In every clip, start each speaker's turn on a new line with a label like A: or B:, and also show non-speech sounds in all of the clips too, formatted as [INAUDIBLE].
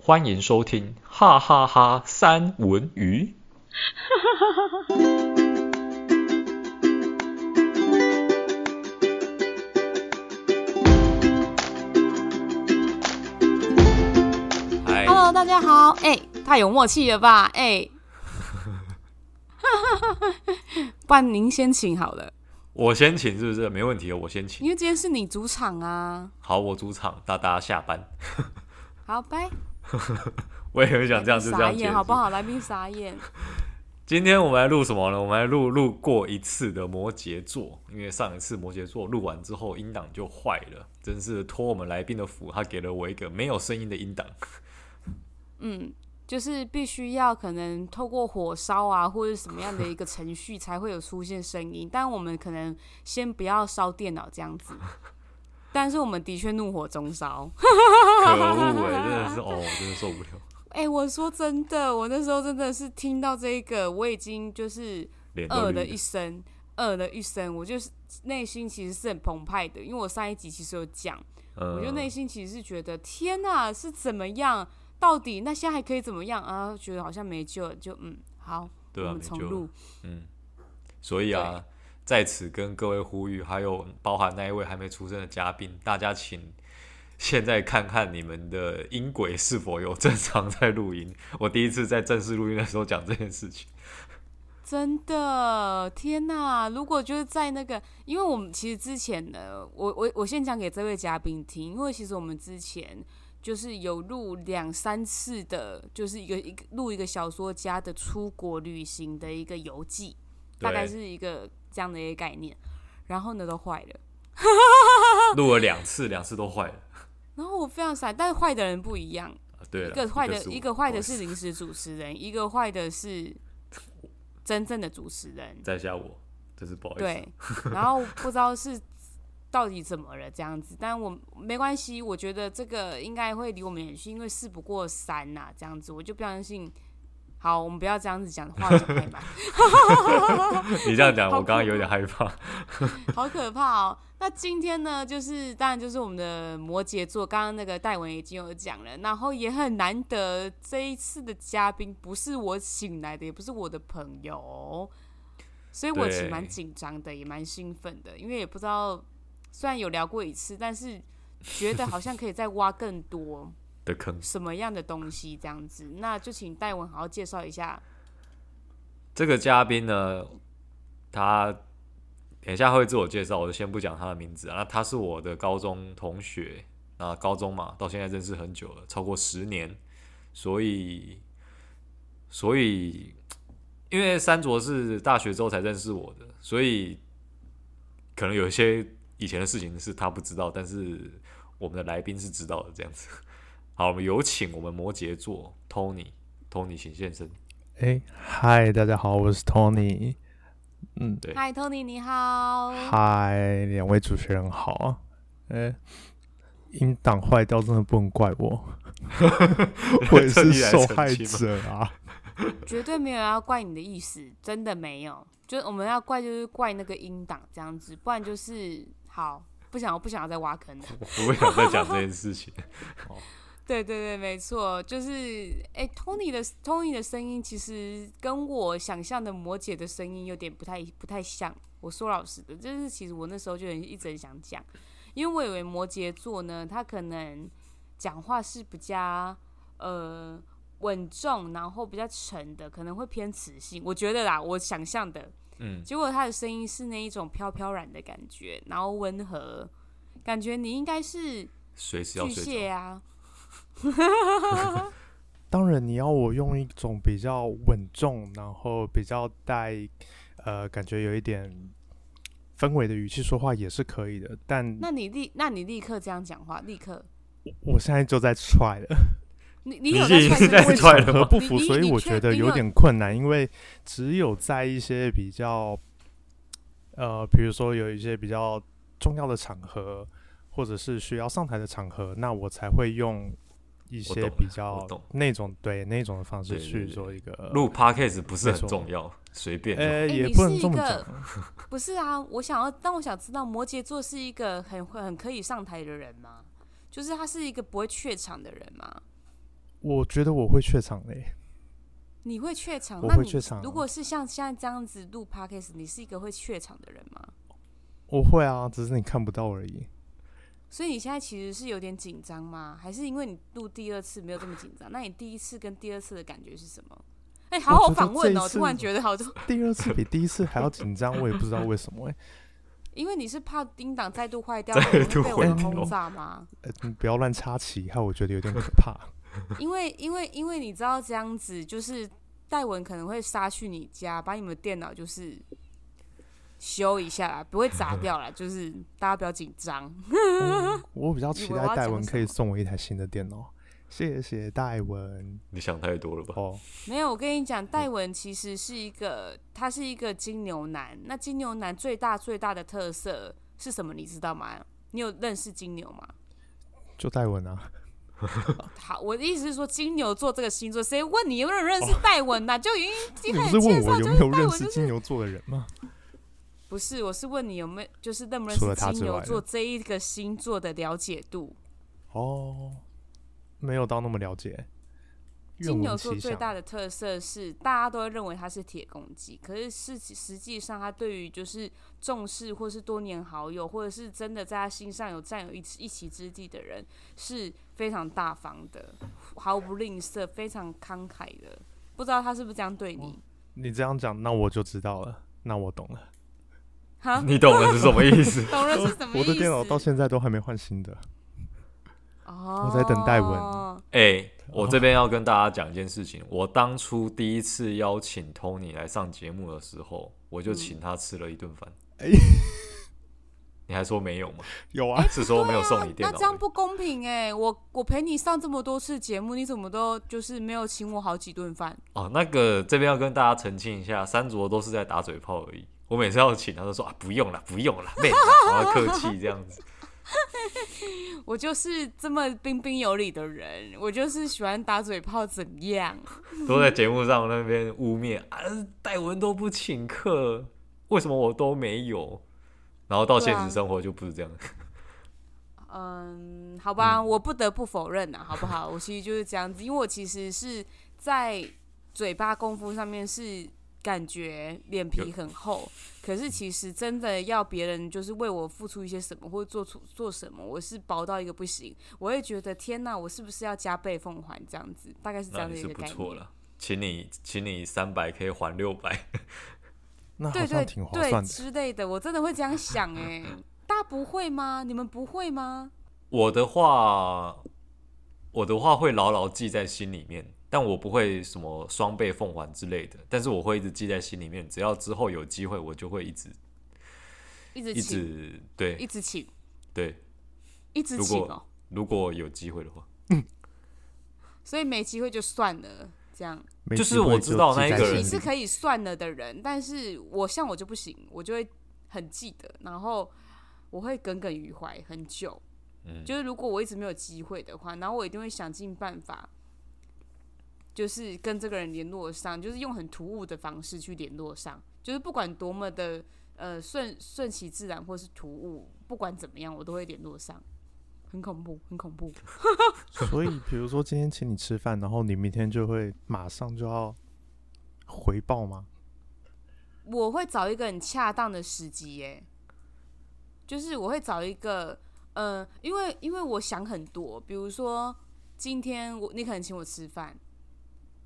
A: 欢迎收听哈哈哈三文鱼。嗨，
B: Hello，大家好，哎、太有默契了吧，哎、 [LAUGHS] 不然您先请好了，
A: 我先请是不是？没问题，哦我先请。
B: 因为今天是你主场啊。
A: 好，我主场，大家下班。
B: 好，拜。
A: 我也很想这样，就这
B: 傻
A: 样结
B: 眼
A: 束
B: 好不好？来宾傻眼。
A: 今天我们来录什么呢？我们来录录过一次的摩羯座，因为上一次摩羯座录完之后音档就坏了，真是托我们来宾的福，他给了我一个没有声音的音
B: [LAUGHS]
A: 档。
B: 嗯，就是必须要可能透过火烧啊，或者什么样的一个程序才会有出现声音，但我们可能先不要烧电脑这样子。但是我们的确怒火中烧。
A: 可恶哎、真的是哦，我真的受不了， [LAUGHS]
B: 哎、我说真的，我那时候真的是听到这个，我已经就是
A: 脸都
B: 饿
A: 绿
B: 的
A: 了
B: 一声，饿的一声，我就是内心其实是很澎湃的，因为我上一集其实有讲，
A: 嗯
B: 我就内心其实是觉得天哪、是怎么样？到底那现在还可以怎么样啊？觉得好像没救了，就嗯，好，
A: 对啊
B: 我们重
A: 没救了
B: 录。
A: 嗯，所以啊，在此跟各位呼吁，还有包含那一位还没出生的嘉宾，大家请现在看看你们的音轨是否有正常在录音。我第一次在正式录音的时候讲这件事情，
B: 真的，天哪！如果就是在那个，因为我们其实之前呢，我我我先讲给这位嘉宾听，因为其实我们之前就是有录两三次的，就是一个一个录一个小说家的出国旅行的一个游记，大概
A: 对，
B: 是一个这样的一个概念。然后呢，都坏了。
A: [LAUGHS] 录了两次，两次都坏了。
B: 然后我非常傻，但是坏的人不一样，
A: 啊对
B: 一
A: 了，
B: 个坏的
A: 是我
B: 一个坏的
A: 我
B: 是临时主持人，一个坏的是真正的主持人。
A: 在下我，真是不好意思。
B: 对，然后不知道是到底怎么了这样子，但我没关系，我觉得这个应该会离我们远去，因为事不过三呐、这样子我就不相信。好，我们不要这样子讲话讲太满，
A: 你这样讲，
B: [LAUGHS] 好
A: 我刚刚
B: 酷
A: 有点害怕。
B: 好可怕哦。那今天呢，就是当然就是我们的摩羯座，刚刚那个戴文已经有讲了，然后也很难得这一次的嘉宾不是我请来的，也不是我的朋友哦，所以我其实
A: 对
B: 蛮紧张的，也蛮兴奋的，因为也不知道，虽然有聊过一次，但是觉得好像可以再挖更多
A: 的坑，
B: 什么样的东西这样子，那就请戴文好好介绍一下。
A: 这个嘉宾呢，他等一下会自我介绍，我就先不讲他的名字啊。那他是我的高中同学，那高中嘛，到现在认识很久了，超过十年，所以，所以，因为三卓是大学之后才认识我的，所以可能有一些以前的事情是他不知道，但是我们的来宾是知道的，这样子。好，我们有请我们摩羯座 Tony，Tony 请现身。
C: 哎，嗨，大家好，我是 Tony。嗯，
A: 对
B: 嗨，Tony，你好。
C: 嗨，两位主持人好啊。呃，音档坏掉真的不能怪
A: [LAUGHS]
C: 我，我也
A: 特
C: 是
A: 地来
C: 受
A: 澄
C: 害
A: 清吗
C: 者啊。
B: 绝对没有要怪你的意思，真的没有。就是我们要怪，就是怪那个音档这样子，不然就是好不想，不想要再挖坑了。
A: [LAUGHS] 我不想再讲这件事
C: [LAUGHS]
A: 情。
B: 对对对，没错，就是哎、t o n y 的 Tony 的声音其实跟我想象的摩羯的声音有点不太不太像。我说老实的，就是其实我那时候就很一直很想讲，因为我以为摩羯座呢，他可能讲话是比较呃稳重，然后比较沉的，可能会偏磁性。我觉得啦，我想象的，
A: 嗯，
B: 结果他的声音是那一种飘飘然的感觉，然后温和，感觉你应该是
A: 随时要
B: 巨
A: 睡
B: 蟹
A: 着。
B: 啊。
C: 当然，你要我用一种比较稳重，然后比较带呃，感觉有一点氛围的语气说话也是可以的。但
B: 那你立，那你立刻这样讲话，立刻，
C: 我现在就在 try 了。
B: 你你
A: 你
B: 有
A: 已经
B: 在
A: 在
B: 踹过
A: 是踹
C: 场
A: 了
C: 合
A: 吗
C: 不
B: 你
C: 符，
B: 你
C: 所以
B: 你
C: 我
B: 确
C: 觉得
B: 定
C: 有
B: 要
C: 点困难，因为只有在一些比较，呃，比如说有一些比较重要的场合，或者是需要上台的场合，那我才会用一
A: 我
C: 些
A: 懂
C: 比
A: 了我
C: 较
A: 懂
C: 那种对那种的方式
A: 对对
C: 去
A: 对
C: 做一个，
A: 录 podcast 不是
C: 没
A: 很
C: 错
A: 重要，随便就好。
C: 呃，
B: 哎
C: 也
B: 你
C: 不
B: 是
C: 能
B: 一
C: 这么
B: 个
C: 讲。
B: 不是啊，我想要，但我想知道摩羯座是一个很会很可以上台的人吗？就是他是一个不会怯场的人吗？
C: 我觉得我会怯场嘞、
B: 你会怯场？
C: 我
B: 那
C: 会
B: 你
C: 怯场啊
B: 如果是像像这样子录 podcast，你是一个会怯场的人吗？
C: 我会啊，只是你看不到而已。
B: 所以你现在其实是有点紧张吗？还是因为你录第二次没有这么紧张？那你第一次跟第二次的感觉是什么？哎、好
C: 我觉
B: 好
C: 得
B: 访问
C: 这
B: 哦！
C: 一次
B: 突然觉得好多，
C: 第二次比第一次还要紧张，我也不知道为什么哎、
B: 因为你是怕叮当再度坏掉，
A: 再
B: 会
A: 度
B: 被我
A: 毁
B: 们
C: 掉
B: 轰炸吗？
C: 呃你不要乱插旗，害我觉得有点可怕。
B: 因为因为因为你知道这样子，就是戴文可能会杀去你家，把你们电脑就是修一下啦，不会砸掉啦，就是大家不要紧张。
C: 嗯我比较期
B: 以为我
C: 待
B: 要
C: 戴
B: 讲
C: 文
B: 什
C: 可以
B: 么
C: 送我一台新的电脑，谢谢
A: [LAUGHS]
C: 戴文
A: 你想太多了吧？
C: 哦。
B: 没有，我跟你讲，
C: 嗯
B: 戴文其实是一个，他是一个金牛男。那金牛男最大最大的特色是什么？你知道吗？你有认识金牛吗？
C: 就戴文啊，
B: 好，我的意思是说，金牛座这个星座，谁问你有没有认识戴文呐、就已经
C: 哦你
B: 已经
C: 不
B: 开
C: 是
B: 始介
C: 问
B: 绍
C: 我
B: 就是
C: 有没有认
B: 文就
C: 识
B: 是
C: 金牛座的人吗？
B: 不是，我是问你有没有，就是认不认
C: 除了他
B: 识金
C: 之
B: 牛
C: 外
B: 座这一个星座的了解度。
C: 哦，没有到那么了解。愿
B: 金牛
C: 闻
B: 座
C: 其
B: 最
C: 详。
B: 大的特色是，大家都会认为他是铁公鸡，可是是实际上他对于就是重视或是多年好友，或者是真的在他心上有占有一一席之地的人，是非常大方的，毫不吝啬，非常慷慨的。不知道他是不是这样对你？
C: 你这样讲，那我就知道了，那我懂了。
B: 哈，？
A: [LAUGHS] 你懂了是什么意思
C: [LAUGHS]
B: 懂了是什么意
C: 我
B: 思？
C: 的电脑到现在都还没换新的。
B: 哦，
C: 我在等戴
B: 文
C: 文。
A: 哎、我这边要跟大家讲一件事情。我当初第一次邀请 Tony 来上节目的时候，我就请他吃了一顿饭。
C: 哎
A: [LAUGHS] 你还说没有吗？
C: 有
B: 哎
C: 啊，
A: 是说没有送你电
B: 哦啊那
A: 脑
B: 这
A: 而
B: 样
A: 已？
B: 不公平哎、我我陪你上这么多次节目，你怎么都就是没有请我好几顿饭？
A: 哦，那个这边要跟大家澄清一下，三卓都是在打嘴炮而已。我每次要请，他都说啊不用了，不用了，妹，我要客气这样子。
B: 我就是这么彬彬有礼的人，我就是喜欢打嘴炮，怎样？
A: [LAUGHS] 都在节目上那边污蔑啊，戴文都不请客，为什么我都没有？然后到现
B: 对啊
A: 实生活就不是这样。
B: 嗯，好吧，我不得不否认啊，好不好？我 [LAUGHS] 其实就是这样子，因为我其实是在嘴巴功夫上面是感觉脸皮很厚，可是其实真的要别人就是为我付出一些什么，或者做出做什么，我是薄到一个不行，我会觉得天哪，我是不是要加倍奉还这样子？大概是这
A: [LAUGHS] 那
B: 样的
A: 你
B: 一
A: 是
B: 个
A: 不
B: 概
A: 错
B: 念。
A: 了，请你，请你三百可以还六百，
C: 那好
B: 对
C: 像
B: 对
C: 挺划
B: 对
C: 算的。
B: 之类的，我真的会这样想哎、大家不会吗？你们不会吗？
A: 我的话，我的话会牢牢记在心里面，但我不会什么双倍奉还之类的，但是我会一直记在心里面，只要之后有机会，我就会一直
B: 一直
A: 一
B: 请，
A: 直
B: 一
A: 对
B: 直请，
A: 对，
B: 一直
A: 如
B: 请
A: 果
B: 哦、
A: 如果有机会的话，
B: 所以没机会就算了，这样
C: 没
A: 就是
C: 机会
A: 我知道
C: 记
A: 那一
C: 在
A: 个
C: 心
A: 人
B: 你
C: 里
B: 是可以算了的人，但是我像我就不行，我就会很记得，然后我会耿耿于怀很久。
A: 嗯
B: 就是如果我一直没有机会的话，然后我一定会想尽办法，就是跟这个人联络上，就是用很突兀的方式去联络上，就是不管多么的呃顺顺其自然或是突兀，不管怎么样，我都会联络上，很恐怖，很恐怖。
C: [LAUGHS] 所以，比如说今天请你吃饭，然后你明天就会马上就要回报吗？
B: 我会找一个很恰当的时机，耶，就是我会找一个，呃，因为因为我想很多，比如说今天我你可能请我吃饭，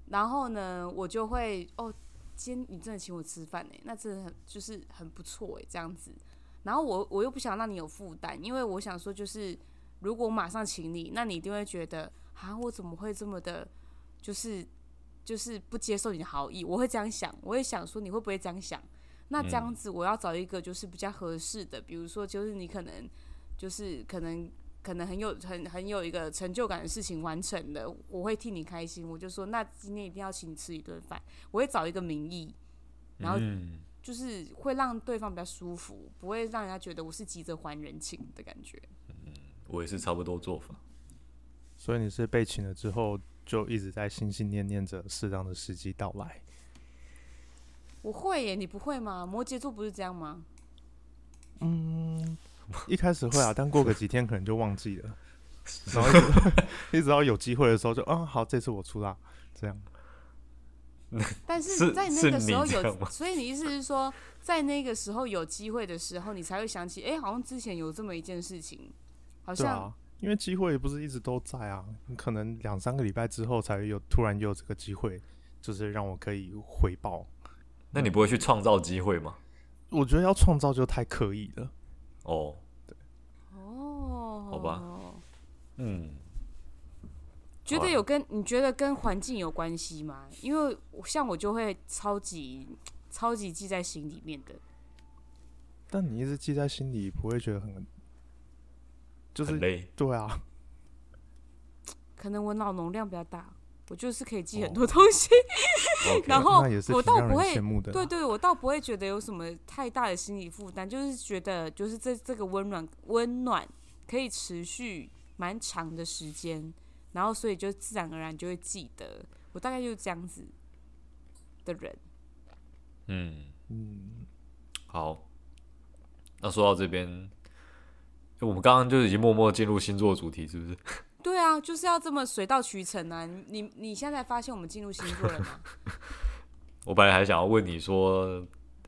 B: 然后呢，我就会哦，今天你真的请我吃饭呢，那真的很就是很不错哎，这样子，然后我我又不想让你有负担，因为我想说就是如果我马上请你，那你一定会觉得啊，我怎么会这么的，就是就是不接受你的好意，我会这样想，我会想说你会不会这样想？那这样子我要找一个就是比较合适的，比如说就是你可能就是可能可能很有很很有一个成就感的事情完成了，我会替你开心，我就说那今天一定要请你吃一顿饭，我会找一个名义，然后
A: 嗯，
B: 就是会让对方比较舒服，不会让人家觉得我是急着还人情的感觉。
A: 我也是差不多做法。
C: 所以你是被请了之后，就一直在心心念念着适当的时机到
B: [LAUGHS]
C: 来。
B: 我会耶，你不会吗？摩羯座不是这样吗？ [LAUGHS]
C: 嗯，一开始会啊，但过个几天可能就忘记了。然后一直一直到 [LAUGHS] 有机会的时候就啊、好，这次我出啦，这样
B: 但
A: 是
B: 是在
A: 是
B: 那个时候
A: 你这样
B: 有
A: 吗，
B: 所以你意思是说，在那个时候有机会的时候，你才会想起，哎、好像之前有这么一件事情，好
C: 对
B: 像
C: 啊，因为机会不是一直都在啊，你可能两三个礼拜之后才有突然有这个机会，就是让我可以回报。
A: 那你不会去创造机会吗？
C: 我觉得要创造就太刻意了。
A: 哦，
B: 哦，
A: 好吧，嗯，
B: 觉
A: 好
B: 得
A: 吧
B: 有跟你觉得跟环境有关系吗？因为我像我就会超级超级记在心里面的，
C: 但你一直记在心里，不会觉得很，就是
A: 很
C: [LAUGHS]
A: 累。
C: 对啊，
B: 可能我脑容量比较大，我就是可以记很
C: 哦
B: 多东西。
A: OK，
B: 然后
C: 那也是
B: 我
C: 挺
B: 倒
C: 让人
B: 不会
C: 羡慕的啦。
B: 对对，我倒不会觉得有什么太大的心理负担，就是觉得就是这这个温暖温暖可以持续蛮长的时间，然后所以就自然而然就会记得。我大概就是这样子的人。
A: 嗯，
C: 嗯，
A: 好。那说到这边，我们刚刚就已经默默进入星座主题，是不是？
B: 对啊，就是要这么水到渠成啊！你你你现在才发现我们进入星座了
A: [LAUGHS]
B: 吗？
A: 我本来还想要问你说，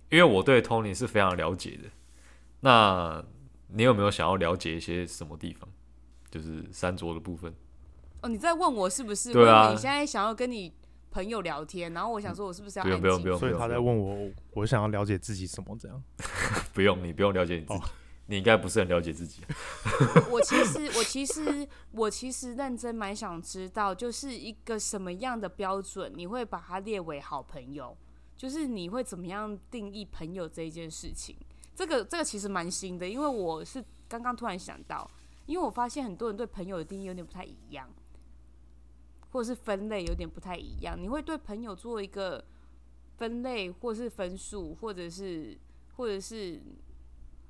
A: 因为我对 Tony 是非常了解的，那你有没有想要了解一些什么地方？就是山卓的部分。
B: 哦，你在问我是不是？
A: 对啊
B: 我以为你现在想要跟你朋友聊天，然后我想说，我是不是要
A: 不
B: 安
A: 用
B: 静？
A: 不用不用，
C: 所以
A: 不用
C: 他在
A: 不用
C: 问我，我想要了解自己什么这样。
A: 不用你不用了解你自己，
C: 哦
A: 你应该不是很了解自己。啊
B: 我其实，我其实，我其实认真蛮想知道，就是一个什么样的标准，你会把它列为好朋友？就是你会怎么样定义朋友这一件事情？这个这个其实蛮新的，因为我是刚刚突然想到，因为我发现很多人对朋友的定义有点不太一样，或者是分类有点不太一样。你会对朋友做一个分类，或是分数，或者是或者是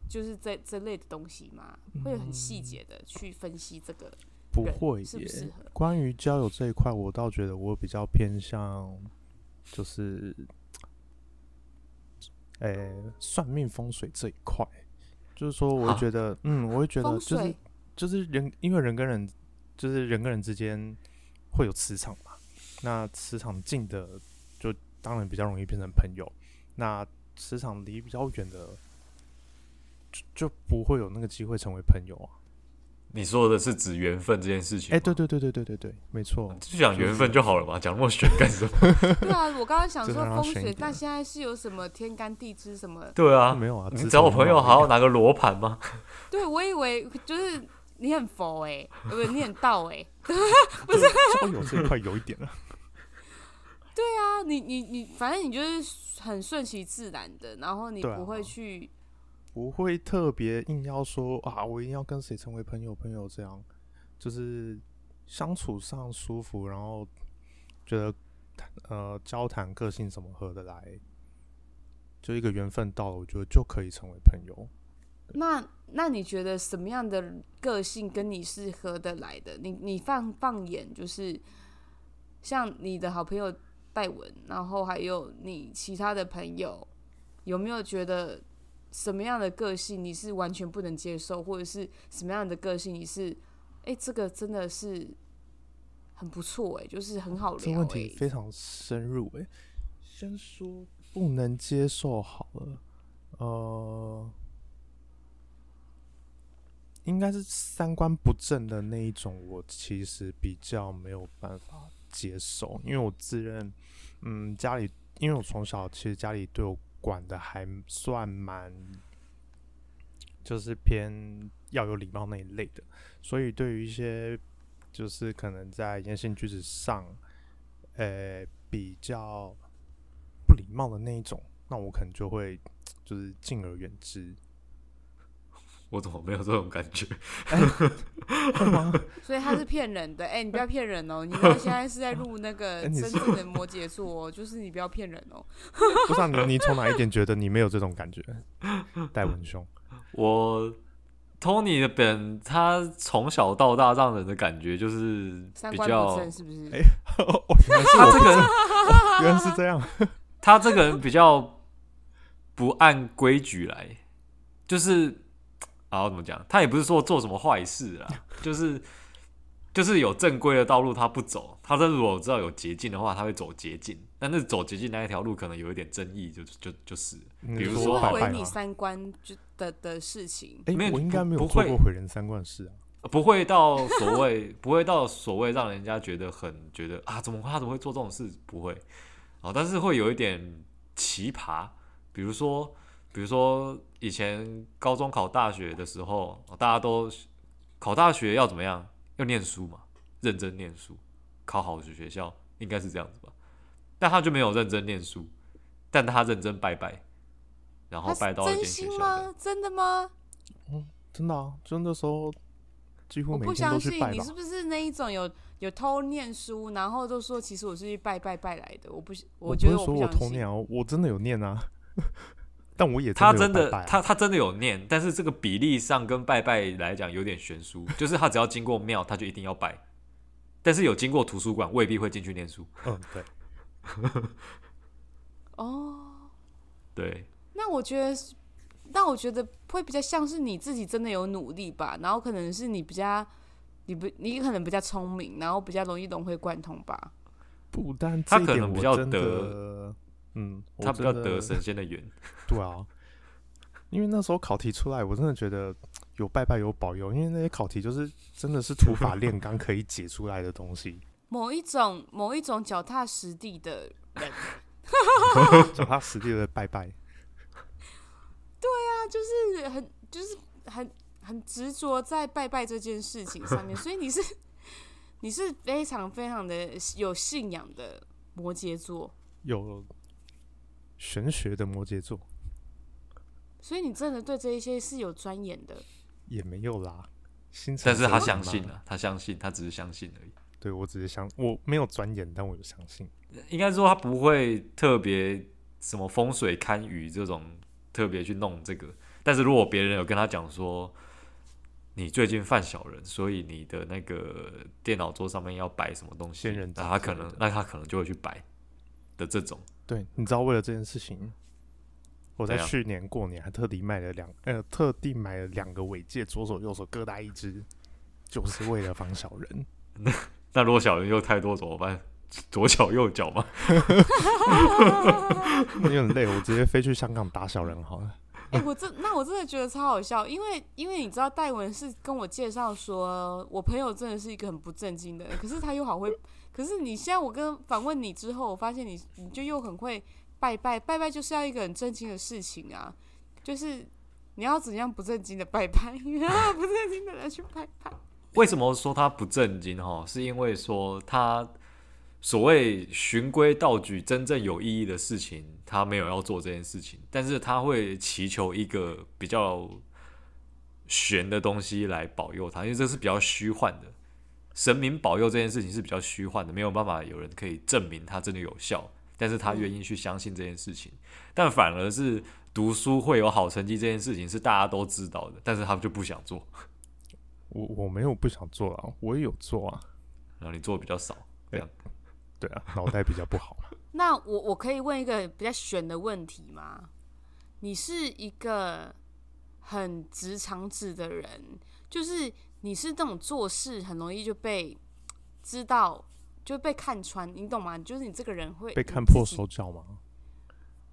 B: 就是这这类的东西吗？会很细节的去分析这个
C: 嗯不
B: 人
C: 会
B: 适
C: 耶
B: 不。适合。
C: 关于交友这一块，我倒觉得我比较偏向，就是，呃、算命风水这一块，就是说，我
A: 啊
C: 会觉得，嗯，我会觉得
B: 风
C: 就是
B: 水
C: 就是人，因为人跟人，就是人跟人之间会有磁场嘛。那磁场近的，就当然比较容易变成朋友；那磁场离比较远的，就就不会有那个机会成为朋友啊。
A: 你说的是指缘分这件事情？
C: 哎、对，对对对对对对，没错。
A: 就讲缘分就好了嘛，讲那么玄干什么？
B: 对啊，我刚刚想
C: 这
B: 说
C: 让他
B: 风
C: 选一
B: 水，
C: 点
B: 那现在是有什么天干地支什么？
A: 对啊，
C: 没有啊，
A: 你
C: 自
A: 找我
C: 从
A: 朋友
C: 我
A: 还 [LAUGHS] 要拿个罗盘吗？
B: 对，我以为就是你很佛哎、呃不，你很道哎、 [LAUGHS]
C: 交友这一块有一点了。
B: 啊，你你你，反正你就是很顺其自然的，然后你
C: 对啊
B: 不会去，
C: 不会特别硬要说啊，我一定要跟谁成为朋友，朋友这样，就是相处上舒服，然后觉得呃交谈个性怎么合得来，就一个缘分到了，我觉得就可以成为朋友。
B: 那那你觉得什么样的个性跟你是合得来的？你你放放眼就是像你的好朋友戴文，然后还有你其他的朋友，有没有觉得什么样的个性你是完全不能接受，或者是什么样的个性你是，哎、这个真的是很不错哎、就是很好
C: 这
B: 聊
C: 问
B: 哎、
C: 题非常深入诶、先说不能接受好了，呃，应该是三观不正的那一种，我其实比较没有办法接受，因为我自认，嗯，家里因为我从小其实家里对我管的还算蛮，就是偏要有礼貌那一类的，所以对于一些就是可能在言行举止上，呃，比较不礼貌的那一种，那我可能就会就是敬而远之。
A: 我怎么没有这种感觉？ [LAUGHS]
B: 所以他是骗人的，哎、你不要骗人哦！你知道现在是在录那个
C: 哎你
B: 真
C: 是
B: 正的摩羯座哦，就是你不要骗人哦。
C: [LAUGHS] 不知道你你从哪一点觉得你没有这种感觉，戴
A: [LAUGHS]
C: 文兄？
A: 我 Tony 的本他从小到大让人的感觉就是
B: 三
A: 比
B: 观
A: 较
B: 不，正是不是？
C: 哎哦，原来是
A: 他
C: 我
A: 这个人
C: [LAUGHS] 原来是这样。
A: 他这个人比较不按规矩来，就是啊我怎么讲？他也不是说做什么坏事啦，就是就是有正规的道路他不走，他如果知道有捷径的话，他会走捷径。但是走捷径那一条路可能有一点争议，就就就是了，比如
C: 你
A: 说
C: 说
A: 好
C: 拜
B: 毁
C: 拜
B: 你
C: 吗？
B: 三观就的的事情，
C: 哎、
A: 没有
C: 我应该没有
A: 不
C: 做
A: 会
C: 过毁人三观的事啊。
A: 不会到所谓不会到所谓让人家觉得很觉得啊，怎么会他怎么会做这种事？不会啊、哦，但是会有一点奇葩，比如说比如说以前高中考大学的时候，哦大家都考大学要怎么样？要念书嘛，认真念书，考好学学校，应该是这样子吧。但他就没有认真念书，但他认真拜拜，然后
B: 他
A: 拜
B: 是
A: 到一
B: 真
A: 间学
B: 心
A: 校的。
B: 吗？真的吗？
C: 真的啊，就那时候几乎
B: 我
C: 每
B: 不
C: 天
B: 相
C: 都去
B: 信
C: 拜
B: 你
C: 吧
B: 是。不是那一种有有偷念书，然后就说其实我是去拜拜拜来的，我不，
C: 我
B: 觉
C: 不
B: 得
C: 是说
B: 不
C: 我
B: 相
C: 偷
B: 信。
C: 念啊，我真的有念啊， [LAUGHS] 但我也
A: 他
C: 真
A: 真
C: 的有
A: 的，
C: 拜拜啊
A: 他他真的有念，但是这个比例上跟拜拜来讲有点悬殊，就是他只要经过庙，他就一定要拜，但是有经过图书馆未必会进去念书。
C: 嗯，对，
B: 哦，
A: 对，
B: 那我觉得是，那我觉得会比较像是你自己真的有努力吧，然后可能是你比较，你不，你可能比较聪明，然后比较容易融会贯通吧。
C: 不但
A: 他
C: 这一
A: 可
C: 点
A: 能比
C: 我
A: 较
C: 真
A: 得
C: 的，嗯，我
A: 他比较
C: 真
A: 得
C: 的
A: 神仙的缘。
C: 对啊，因为那时候考题出来，我真的觉得有拜拜有保佑，因为那些考题就是真的是土法炼钢可以解出来的东西，
B: 某一种某一种脚踏实地的人，
C: 脚踏实地的拜拜。
B: 他就是很就是很很执着在拜拜这件事情上面，所以你是你是非常非常的有信仰的摩羯座，
C: 有玄学的摩羯座
B: 所以你真的对这一些是有钻研的。
C: 也没有啦，心诚
A: 但是他
C: 则灵
A: 相
C: 嘛
A: 信啊，他相信，他只是相信而已。
C: 对我只是相，我没有钻研，但我有相信。
A: 应该说他不会特别什么风水堪舆这种特别去弄这个，但是如果别人有跟他讲说你最近犯小人，所以你的那个电脑桌上面要摆什么东西，
C: 仙人
A: 那
C: 掌
A: 他
C: 之
A: 可
C: 类
A: 能
C: 的
A: 那他可能就会去摆的这种。
C: 对，你知道为了这件事情，我在
A: 怎样
C: 去年过年还特地买了两呃，特地买了两个尾戒，左手右手各戴一只，就是为了防小人。
A: 那如果小人又太多怎么办？左脚右脚吗？
C: 有点累，我直接飞去香港打小人好了。 [LAUGHS]
B: 哎、我真那我真的觉得超好笑，因为因为你知道戴文是跟我介绍说，我朋友真的是一个很不正经的人，可是他又好会，可是你现在我跟访问你之后，我发现你你就又很会拜拜，拜拜就是要一个很正经的事情啊，就是你要怎样不正经的拜拜， [LAUGHS] 你要不正经的人去拜拜，
A: 为什么说他不正经？哈，是因为说他所谓循规蹈矩、真正有意义的事情，他没有要做这件事情，但是他会祈求一个比较玄的东西来保佑他，因为这是比较虚幻的。神明保佑这件事情是比较虚幻的，没有办法有人可以证明它真的有效，但是他愿意去相信这件事情。但反而是读书会有好成绩这件事情是大家都知道的，但是他们就不想做，
C: 我我没有不想做啊，我也有做啊。
A: 然后你做的比较少，这样。
C: 对 [LAUGHS] 啊，脑袋比较不好嘛。
B: 那我我可以问一个比较玄的问题吗？你是一个很直肠子的人，就是你是那种做事很容易就被知道，就被看穿，你懂吗？就是你这个人会
C: 被看
B: 你自
C: 破
B: 己
C: 手脚嘛。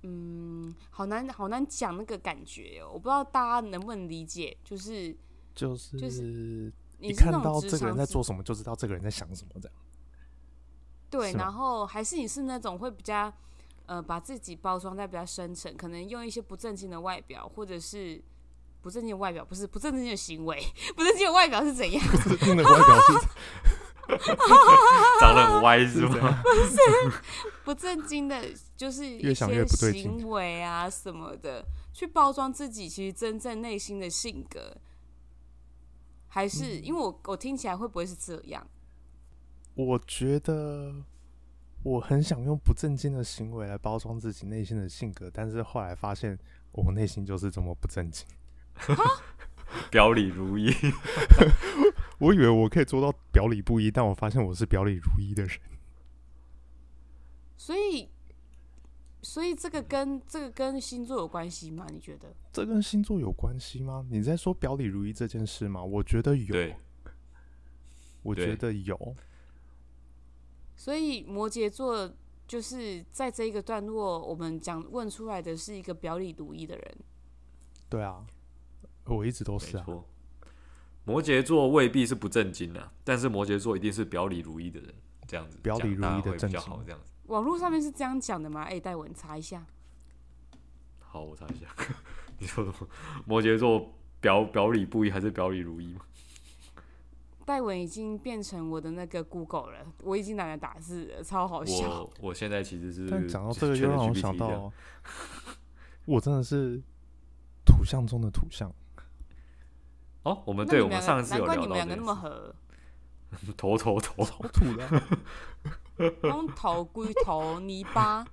B: 嗯，好难好难讲那个感觉、哦，我不知道大家能不能理解，就是
C: 就是
B: 你
C: 一
B: 是
C: 看
B: 那
C: 到
B: 种直
C: 这个人
B: 肠
C: 在
B: 子
C: 做什么，就知道这个人在想什么 [LAUGHS] 这样。
B: 对，
C: 是吗
B: 然后还是你是那种会比较呃把自己包装在比较深层，可能用一些不正经的外表，或者是不正经的外表，不是不正经的行为，不正经的外表是怎样？ [LAUGHS]
C: 这真的外表 [LAUGHS] 是
A: [LAUGHS] 长得很歪是
C: 是这
A: 吗？
C: 样，
B: 不正经的，就是一
C: 越想
B: 些
C: 越不对劲
B: 行为啊什么的，去包装自己其实真正内心的性格，还是、
C: 嗯
B: 因为我我听起来会不会是这样？
C: 我觉得我很想用不正经的行为来包装自己内心的性格，但是后来发现我内心就是这么不正经。
A: 表里如一，
C: 我以为我可以做到表里不一，但我发现我是表里如一的人。
B: 所以。所以这个跟这个跟星座有关系吗？你觉得？
C: 这跟星座有关系吗？你在说表里如一这件事吗？我觉得有
A: 对，
C: 我
A: 对
C: 觉得有，
B: 所以摩羯座就是在这一个段落，我们讲问出来的是一个表里如一的人。
C: 对啊，我一直都是
A: 没
C: 啊，
A: 错。摩羯座未必是不正经的、但是摩羯座一定是表里如一的人，这样子
C: 表里如
A: 讲大家
C: 一的
A: 会比
C: 正
A: 较
C: 经
A: 好，这样子。
B: 网络上面是这样讲的吗？哎、戴文查一下。
A: 好，我查一下， [LAUGHS] 你说什么？摩羯座表表里不一还是表里如一吗？
B: 戴文已经变成我的那个 Google 了，我已经懒得打字了，超好笑。
A: 我我现在其实是
C: 但讲到
A: 就是
C: 这个，
A: ChatGPT
C: 又让我想
A: 这样
C: 到，我真的是土象中的土象，
A: 哦，我们
B: 那
A: 对
B: 你
A: 我
B: 们
A: 们
B: 两
A: 上
B: 个
A: 次
B: 难
A: 有
B: 怪
A: 聊
B: 你
A: 到
B: 们两
A: 这
B: 个那
A: 件
B: 么
A: 事
B: 合，
A: [LAUGHS] 头头
B: [LAUGHS]
A: 头，
C: 好土
A: [LAUGHS]
C: 的啊、
B: 用头龟头泥巴，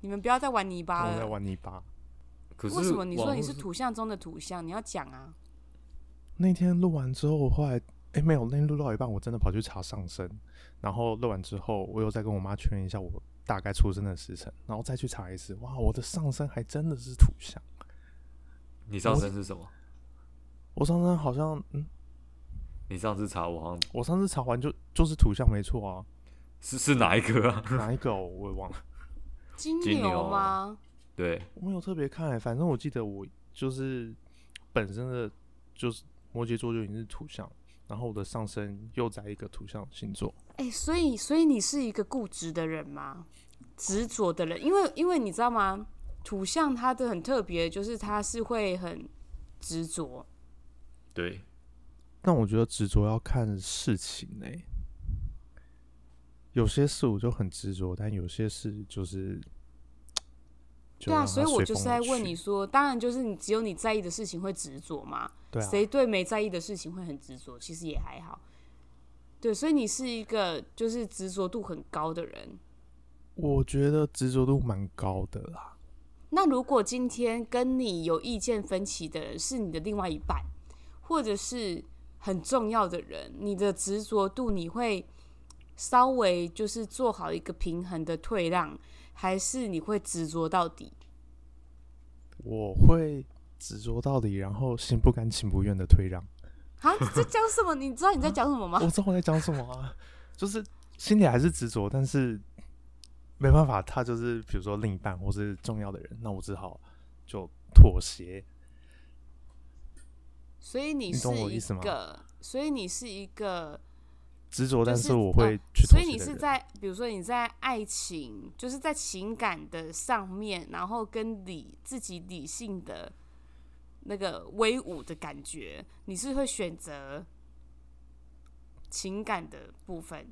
B: 你们不要再玩泥巴
C: 我在
B: 了。
C: 玩泥巴。
A: 可是
B: 为什么你说
A: 网
B: 你
A: 络
B: 是土象中的土象？你要讲啊，
C: 那天录完之后，我后来哎、没有，那天录到一半，我真的跑去查上升，然后录完之后，我又再跟我妈确认一下我大概出生的时辰，然后再去查一次，哇，我的上升还真的是土象，
A: 你上身是什么？
C: 我上升好像，嗯，
A: 你上次查我好像
C: 我上次查完就就是土象没错啊，
A: 是是哪一个啊？ [LAUGHS]
C: 哪一个、哦、我也忘了，
B: 金
A: 金牛啊
B: 牛吗？
A: 对，
C: 我没有特别看、欸反正我记得我就是本身的就是摩羯座就已经是土象，然后我的上升又在一个土象星座，
B: 哎、所以所以你是一个固执的人吗？执着的人，因为因为你知道吗？土象它的很特别，就是它是会很执着。
A: 对，
C: 但我觉得执着要看事情呢、有些事我就很执着，但有些事就是，就
B: 对啊，
C: 让
B: 所以
C: 它
B: 我
C: 随
B: 就是
C: 风
B: 在
C: 而
B: 问
C: 去
B: 你，说，当然就是你只有你在意的事情会执着嘛，
C: 对啊，
B: 谁对没在意的事情会很执着？其实也还好。对，所以你是一个就是执着度很高的人。
C: 我觉得执着度蛮高的啦。
B: 那如果今天跟你有意见分歧的人是你的另外一半，或者是很重要的人，你的执着度你会稍微就是做好一个平衡的退让，还是你会执着到底？
C: 我会执着到底，然后心不甘情不愿的退让。
B: 啊，你在讲什么？你知道你在讲什么吗？
C: [LAUGHS] 我知道我在讲什么啊，就是心里还是执着，但是没办法，他就是比如说另一半或是重要的人，那我只好就妥协。
B: 所以你
C: 你
B: 是
C: 懂我
B: 一
C: 意思吗
B: 个，所以你是一个，
C: 执着，但
B: 就是
C: 是我
B: 哦
C: 会去
B: 所
C: 妥协的人、
B: 以你是在，比如说你在爱情，就是在情感的上面，然后跟理自己理性的那个威武的感觉，你是会选择情感的部分。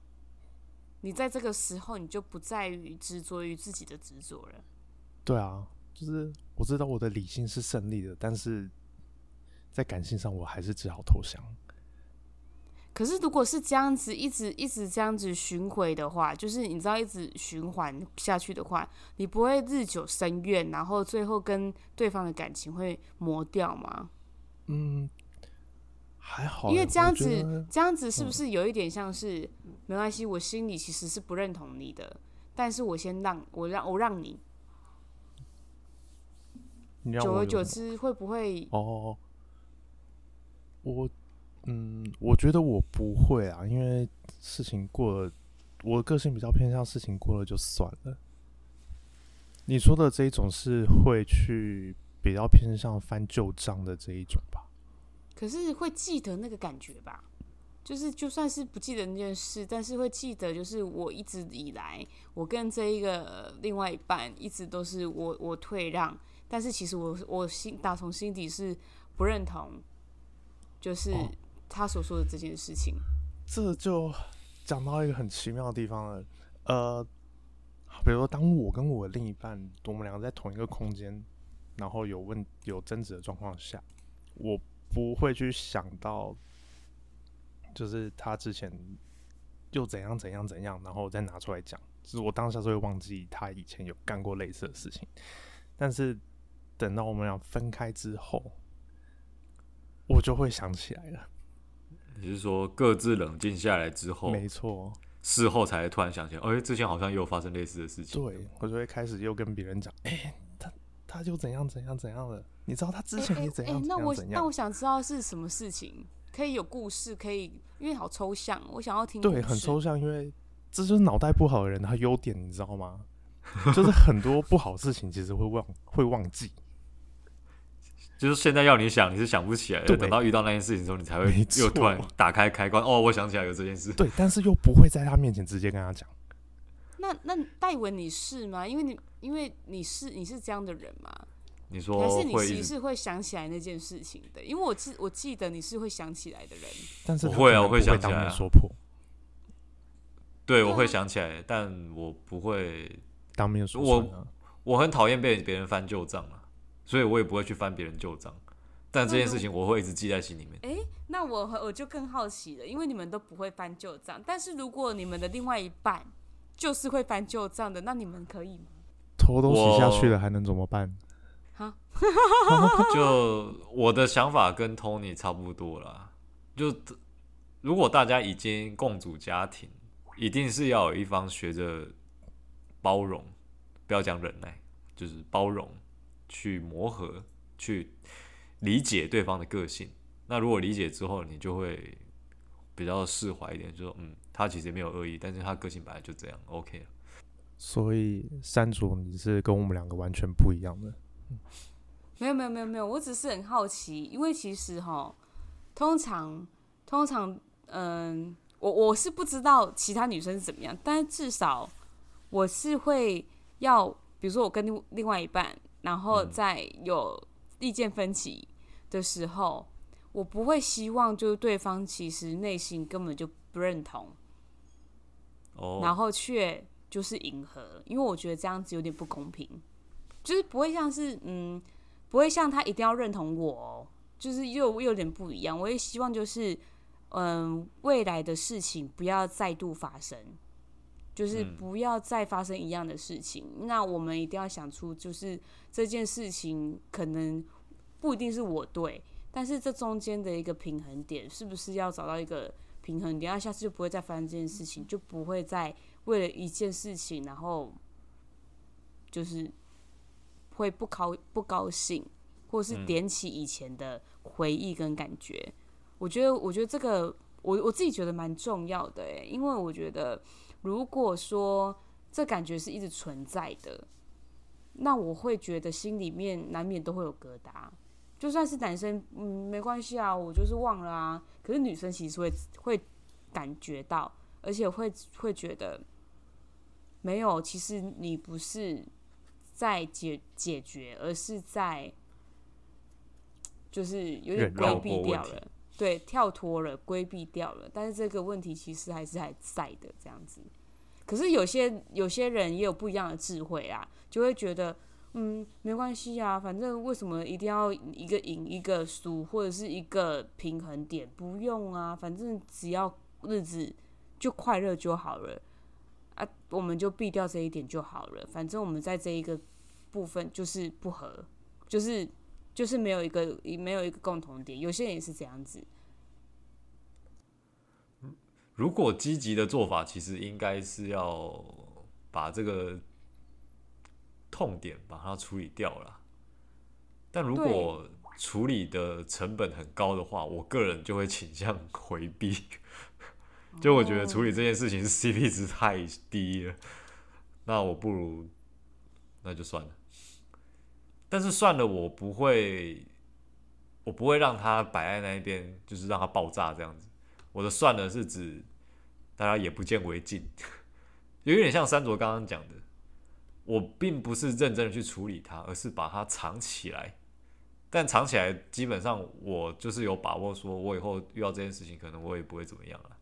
B: 你在这个时候，你就不在于执着于自己的执着了。
C: 对啊，就是我知道我的理性是胜利的，但是在感性上我还是只好投降。
B: 可是如果是这样子，一直一直这样子巡回的话，就是你知道一直循环下去的话，你不会日久生怨，然后最后跟对方的感情会磨掉吗？
C: 嗯，还好欸，
B: 因为这样
C: 我觉
B: 子
C: 得，嗯
B: 这样子是不是有一点像是、没关系？我心里其实是不认同你的，但是我先让我让我让你，
C: 你让
B: 久
C: 我
B: 而
C: 有
B: 久
C: 什么
B: 之会不会？
C: 哦，我嗯，我觉得我不会啊，因为事情过了，我的个性比较偏向事情过了就算了。你说的这一种是会去比较偏向翻旧账的这一种吧？
B: 可是会记得那个感觉吧？就是就算是不记得那件事，但是会记得，就是我一直以来，我跟这一个呃另外一半一直都是我我退让，但是其实我我心打从心底是不认同，就是
C: 哦
B: 他所说的这件事情。
C: 这就讲到一个很奇妙的地方了。呃，比如说，当我跟我另一半，我们两个在同一个空间，然后有问有争执的状况下，我不会去想到，就是他之前又怎样怎样怎样，然后再拿出来讲。就是我当下是会忘记他以前有干过类似的事情，但是等到我们俩分开之后，我就会想起来了。
A: 你是说各自冷静下来之后，
C: 没错。
A: 事后才突然想起来，哎、之前好像也有发生类似的事情。
C: 对，我就会开始又跟别人讲，哎、他他就怎样怎样怎样了，你知道他之
B: 哎
C: 前
B: 哎
C: 也怎
B: 哎
C: 样怎
B: 那
C: 样
B: 我
C: 怎
B: 那
C: 样
B: 我，想知道是什么事情，可可以有故事，可以因为好抽象，我想要听
C: 对，
B: 故
C: 很
B: 事
C: 抽象，因为这就是脑袋不好的人他优点，你知道吗？就是很多不好的事情其实会忘会忘记，
A: 就是现在要你想，你是想不起来的，
C: 对
A: 等到遇到那件事情的时候，你才会
C: 没错
A: 又突然打开开关，哦，我想起来有这件事。
C: 对，但是又不会在他面前直接跟他讲。
B: 那那戴文你是吗？因为你因为你是你是这样的人吗？
A: 你
B: 还
A: 说
B: 是你
A: 会
B: 其
A: 一
B: 实
A: 直，
B: 是会想起来那件事情的？因为我记我记得你是会想起来的人。
C: 但是
A: 我
C: 他
A: 会
C: 可
A: 啊
C: 能
A: 我
C: 不
A: 会
C: 会
A: 想起
C: 当
A: 来
C: 面
A: 啊
C: 说破，
A: 对我
B: 对啊
A: 会想起来，但我不会，
C: 当面说
A: 我
C: 算啊
A: 我很讨厌被别人翻旧账啊，所以我也不会去翻别人旧账。但这件事情我会一直记在心里面。
B: 诶，那我我就更好奇了，因为你们都不会翻旧账，但是如果你们的另外一半就是会翻旧账的，那你们可以吗？
C: 偷东西下
A: 我
C: 去了还能怎么办？
A: 就我的想法跟 Tony 差不多啦。就如果大家已经共组家庭，一定是要有一方学着包容，不要讲忍耐，就是包容，去磨合，去理解对方的个性。那如果理解之后，你就会比较释怀一点，就说嗯，他其实没有恶意，但是他个性本来就这样，OK 了
C: 所以山竹你是跟我们两个完全不一样的。
B: 没有没有没有没有，我只是很好奇，因为其实哈，通常通常嗯，我我是不知道其他女生是怎么样，但是至少我是会要，比如说我跟另另外一半，然后
A: 嗯
B: 在有意见分歧的时候，我不会希望就是对方其实内心根本就不认同，
A: 哦。
B: 然后却就是迎合，因为我觉得这样子有点不公平，就是不会像是嗯，不会像他一定要认同我哦，就是又又有点不一样。我也希望就是嗯，未来的事情不要再度发生，就是
A: 嗯
B: 不要再发生一样的事情。那我们一定要想出，就是这件事情可能不一定是我对，但是这中间的一个平衡点，是不是要找到一个平衡点？那啊下次就不会再发生这件事情，就不会再为了一件事情，然后就是会不高不高兴，或是
A: 嗯
B: 点起以前的回忆跟感觉。我觉得，我觉得这个我我自己觉得蛮重要的诶，因为我觉得如果说这感觉是一直存在的，那我会觉得心里面难免都会有疙瘩。就算是男生，嗯，没关系啊，我就是忘了啊。可是女生其实会会感觉到，而且会会觉得没有，其实你不是在解解决，而是在就是有点
C: 忍
B: 规
A: 绕
B: 避
A: 过
B: 掉
A: 问题
B: 了，对，跳脱了，规避掉了。但是这个问题其实还是还在的，这样子。可是有些有些人也有不一样的智慧啊，就会觉得，嗯，没关系啊，反正为什么一定要一个赢一个输，或者是一个平衡点？不用啊，反正只要日子就快乐就好了啊，我们就避掉这一点就好了。反正我们在这一个部分就是不合，就是就是没有一个没有一个共同点。有些人也是这样子，
A: 如果积极的做法，其实应该是要把这个痛点把它处理掉了。但如果处理的成本很高的话，我个人就会倾向回避。就我觉得处理这件事情 CP 值太低了，那我不如那就算了。但是算了，我不会，我不会让它摆在那一边，就是让它爆炸这样子。我的算了是指大家眼不见为净， [LAUGHS] 有点像三卓刚刚讲的，我并不是认真的去处理它，而是把它藏起来。但藏起来，基本上我就是有把握，说我以后遇到这件事情，可能我也不会怎么样啊了，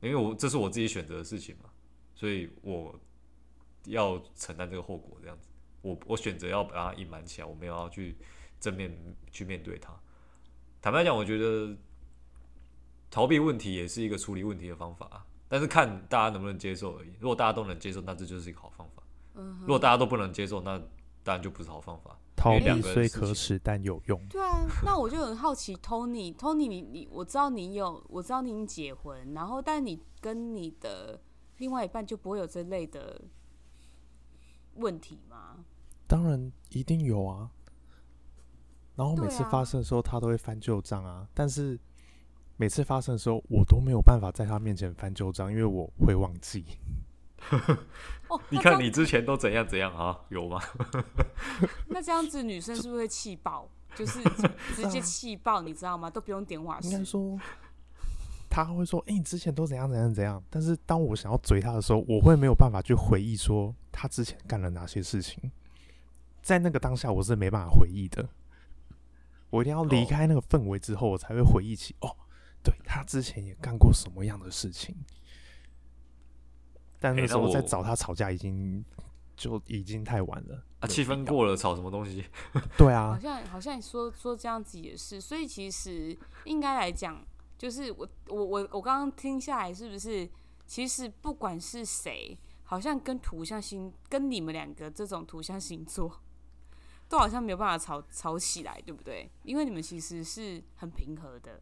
A: 因为我这是我自己选择的事情嘛，所以我要承担这个后果。这样子，我我选择要把它隐瞒起来，我没有要去正面去面对它。坦白讲，我觉得逃避问题也是一个处理问题的方法啊，但是看大家能不能接受而已。如果大家都能接受，那这就是一个好方法；
B: 嗯
A: 如果大家都不能接受，那当然就不是好方法。
C: 逃
A: 两
C: 避
A: 个
C: 虽
A: 事情
C: 可耻，但有用。
B: 对啊，那我就很好奇，Tony，Tony，你你，我知道你有，我知道您结婚，然后但你跟你的另外一半就不会有这类的问题吗？
C: 当然一定有啊。然后每
B: 对
C: 次
B: 啊
C: 发生的时候，他都会翻旧账啊。但是每次发生的时候，我都没有办法在他面前翻旧账，因为我会忘记。
B: 哦，
A: 你
B: 那
A: 看
B: 这
A: 你
B: 样
A: 之前都怎样怎样啊？有吗？
B: 那这样子，女生是不是会气爆？
C: [LAUGHS]
B: 就是直接气爆，你知道吗？都不用点瓦
C: 应该
B: 斯。
C: 说，他会说：“哎、你之前都怎样怎样怎样。”但是当我想要嘴他的时候，我会没有办法去回忆说他之前干了哪些事情，在那个当下我是没办法回忆的。我一定要离
A: 哦
C: 开那个氛围之后，我才会回忆起哦，对他之前也干过什么样的事情。但
A: 诶
C: 那时候
A: 那
C: 再
A: 我
C: 找他吵架，已经就已经太晚了
A: 啊，气氛。过了，吵什么东西？
C: 对
B: 好
C: 啊，
B: 像好像你说说这样子也是，所以其实应该来讲，就是我我我我刚刚听下来，是不是？其实不管是谁，好像跟土象星跟你们两个这种土象星座，都好像没有办法吵吵起来，对不对？因为你们其实是很平和的。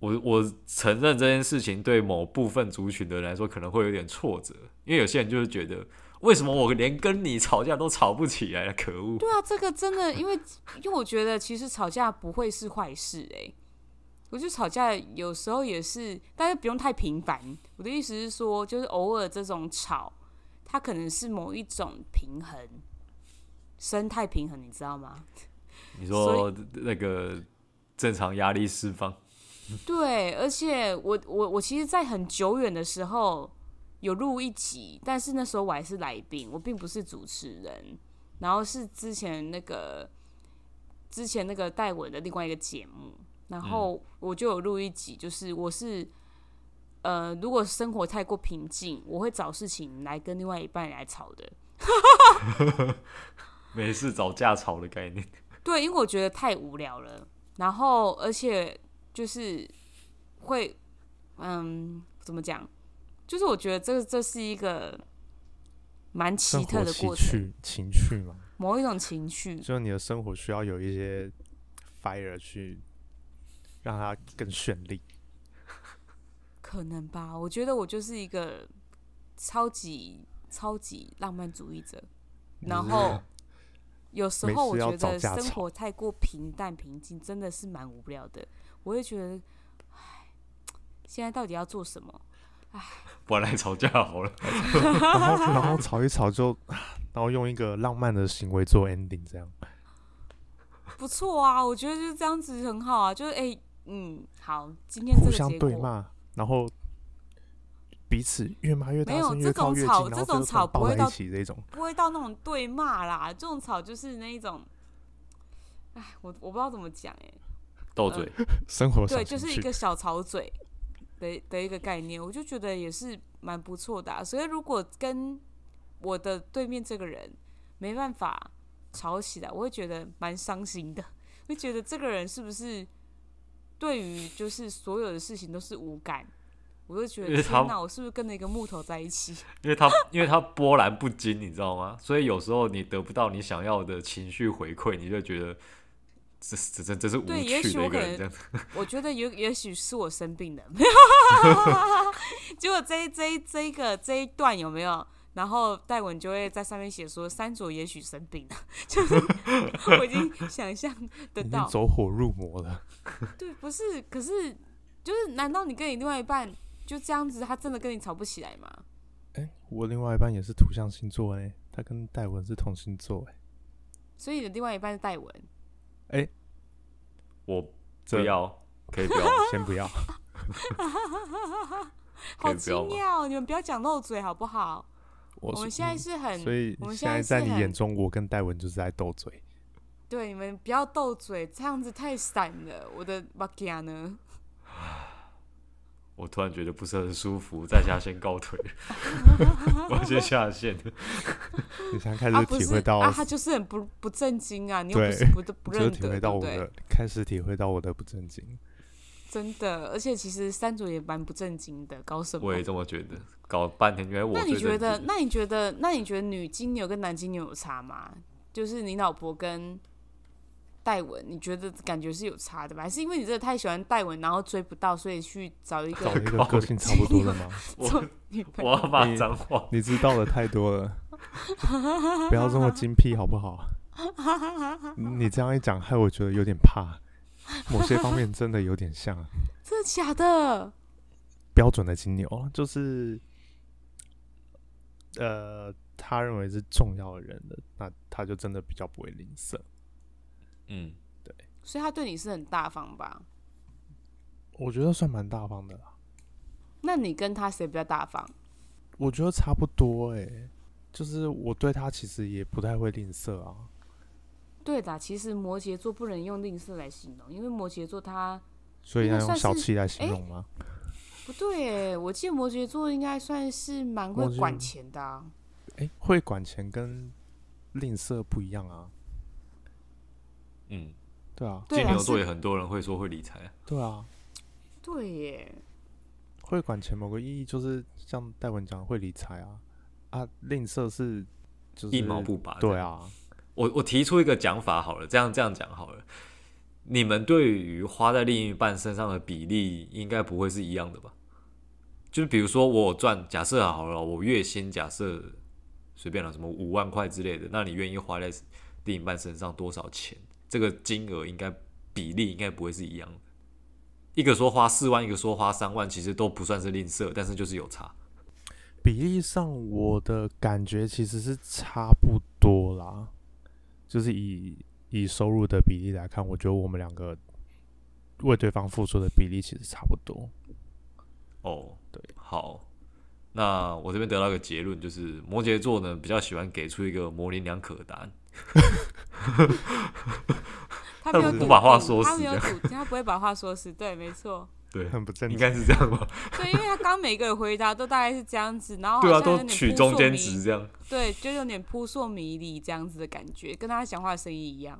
A: 我我承认这件事情对某部分族群的人来说可能会有点挫折，因为有些人就是觉得，为什么我连跟你吵架都吵不起来啊？可恶！
B: 对啊，这个真的，因为因为我觉得其实吵架不会是坏事哎、我觉得吵架有时候也是，但是不用太频繁。我的意思是说，就是偶尔这种吵，它可能是某一种平衡，生态平衡，你知道吗？
A: 你
B: 所
A: 说那个正常压力释放，
B: 对，而且我我我其实，在很久远的时候有录一集，但是那时候我还是来宾，我并不是主持人。然后是之前那个之前那个戴文的另外一个节目，然后我就有录一集，就是我是呃，如果生活太过平静，我会找事情来跟另外一半来吵的。
A: 没事找架吵的概念。
B: 对，因为我觉得太无聊了，然后而且就是会，嗯，怎么讲？就是我觉得这这是一个蛮奇
C: 生
B: 特
C: 活
B: 的
C: 情
B: 过程，
C: 趣情趣嘛，
B: 某一种情绪。
C: 就是你的生活需要有一些 fire 去让它更绚丽。
B: 可能吧，我觉得我就是一个超级超级浪漫主义者，然后有时
C: 没
B: 候我
C: 事要
B: 觉
C: 找
B: 得
C: 架
B: 生
C: 吵
B: 活太过平淡平静，真的是蛮无聊的。我会觉得，唉，现在到底要做什么？
A: 不然来吵架好
B: 嗯
A: 了。
C: [LAUGHS] 然后然 [LAUGHS] 后吵一吵就，然后用一个浪漫的行为做 ending，这样
B: 不错啊，我觉得就是这样子很好啊，就是哎、嗯，好，今天这
C: 互
B: 个
C: 相
B: 结果
C: 对骂，然后彼此越骂越大
B: 没有
C: 声，
B: 这
C: 越
B: 种
C: 靠越近，然
B: 吵
C: 后
B: 这
C: 最
B: 种
C: 后突
B: 吵
C: 然
B: 不
C: 抱
B: 会
C: 在一
B: 到
C: 起这种。
B: 不会到那种对骂啦，这种吵就是那一种，哎，我我不知道怎么讲哎、
A: 斗嘴，
C: 生活小
B: 对，就
C: 情
B: 是一
C: 趣
B: 个小吵嘴的的一个概念，我就觉得也是蛮不错的、啊。所以如果跟我的对面这个人没办法吵起来，我会觉得蛮伤心的，会觉得这个人是不是对于就是所有的事情都是无感。我就觉
A: 因
B: 得
A: 为他
B: 天哪，我是不是跟了一个木头在一起？
A: 因为他因为他波澜不惊，你知道吗？所以有时候你得不到你想要的情绪回馈，你就觉得这这这这是无
B: 对也
A: 趣
B: 许
A: 的
B: 我
A: 一个
B: 可
A: 人
B: 能
A: 这样子。
B: 我觉得也也许是我生病了， [LAUGHS] 结果这一这一这一个这一段有没有？然后戴文就会在上面写说三卓也许生病了， [LAUGHS] 就是我已经想象得
C: 已经
B: 到，
C: 走火入魔了。
B: 对，不是，可是就是难道你跟你另外一半就这样子，他真的跟你吵不起来吗？
C: 哎、我另外一半也是土象星座哎、他跟戴文是同星座哎、
B: 所以你的另外一半是戴文，
A: 我不
C: 这
A: 要，可以不要吗。
C: 先不要，
A: 可以
B: 好
A: 不
B: 奇
A: 要吗
B: 妙，你们不要讲漏嘴好不好？
C: 我
B: 我们
C: 是嗯
B: 现在是很，
C: 所以
B: 我们
C: 现
B: 现在
C: 在在
B: 是
C: 你
B: 很
C: 眼中，我跟戴文就是在斗嘴。
B: 对，你们不要斗嘴，这样子太散了，我的 b a k i a 呢？
A: 我突然觉得不是很舒服，在下先告退， [LAUGHS] 我要先下
C: [LAUGHS]
A: 线。
C: 你现在开
B: 啊，
C: 始
B: 不
C: 体
B: 是
C: 会到
B: 啊，他就是很不不正经啊，你又
C: 对
B: 不是不
C: [LAUGHS]
B: 不
C: 只是
B: 认
C: 体
B: 得，
C: 会到
B: 对
C: 我
B: 不对？
C: 的，开始体会到我的不正经。
B: 真的，而且其实三组也蛮不正经的，搞什么
A: 我也？这么觉得，搞半天原来我
B: 那你
A: 最
B: 觉
A: 正
B: 得？
A: 经
B: 那你觉得？那你觉得女金牛跟男金牛有差吗？就是你老婆跟戴文，你觉得感觉是有差的吧？还是因为你真的太喜欢戴文，然后追不到，所以去找一
C: 找
B: 个
C: 一个个性差不多的吗？
B: 做女朋
A: 我
B: 友？
A: 要骂脏话，
C: 你知道的太
B: [LAUGHS]
C: 多了，不要这么精辟好不好？你这样一讲，害我觉得有点怕。某些方面真的有点像啊、
B: 真的假的？
C: 标准的金牛，就是呃，他认为是重要的人的，那他就真的比较不会吝啬。
A: 嗯，
B: 所以他对你是很大方吧？
C: 我觉得算蛮大方的啦，
B: 那你跟他谁比较大方？
C: 我觉得差不多诶、就是我对他其实也不太会吝啬啊。
B: 对的，其实摩羯座不能用吝啬来形容，因为摩羯座他
C: 所以
B: 应该
C: 要用
B: 算
C: 小
B: 是
C: 气来形
B: 诶
C: 容吗？
B: 不对耶，我记得摩羯座应该算是蛮会
C: 摩羯
B: 管钱的、啊。
C: 诶、会管钱跟吝啬不一样啊。
A: 嗯，
C: 对啊，
B: 对
A: 金
B: 啦
A: 牛座
B: 是
A: 也很多人会说会理财啊，
C: 对啊，
B: 对耶，
C: 会管钱某个意义就是像戴文讲的会理财啊，啊，吝啬是就是
A: 一毛不拔。
C: 对，啊，
A: 我我提出一个讲法好了，这样这样讲好了。你们对于花在另一半身上的比例应该不会是一样的吧？就是比如说我有赚，假设好了，我月薪假设随便了什么五万块之类的，那你愿意花在另一半身上多少钱？这个金额应该比例应该不会是一样的。一个说花四万，一个说花三万，其实都不算是吝啬，但是就是有差。
C: 比例上我的感觉其实是差不多啦，就是以以收入的比例来看，我觉得我们两个为对方付出的比例其实差不多。
A: 哦，
C: 对，
A: 好，那我这边得到一个结论，就是摩羯座呢比较喜欢给出一个模棱两可的答案。
B: 他没
A: 他
B: 有
A: 不
B: 笃
A: 把话
B: 定
A: 说
B: 他
A: 死
B: 没有
A: 这
B: 笃定，他不会把话说死。对，没错，
A: 对，
C: 很不正
A: 应该是这样吧？
B: 对，因为他刚每一个回答都大概是这样子，然后
A: [LAUGHS] 对啊，
B: 哦好像有
A: 都
B: 点
A: 取
B: 扑
A: 中
B: 朔
A: 间
B: 迷
A: 值，这样。
B: 对，就有点扑朔迷离这样子的感觉，跟他讲话的声音一样，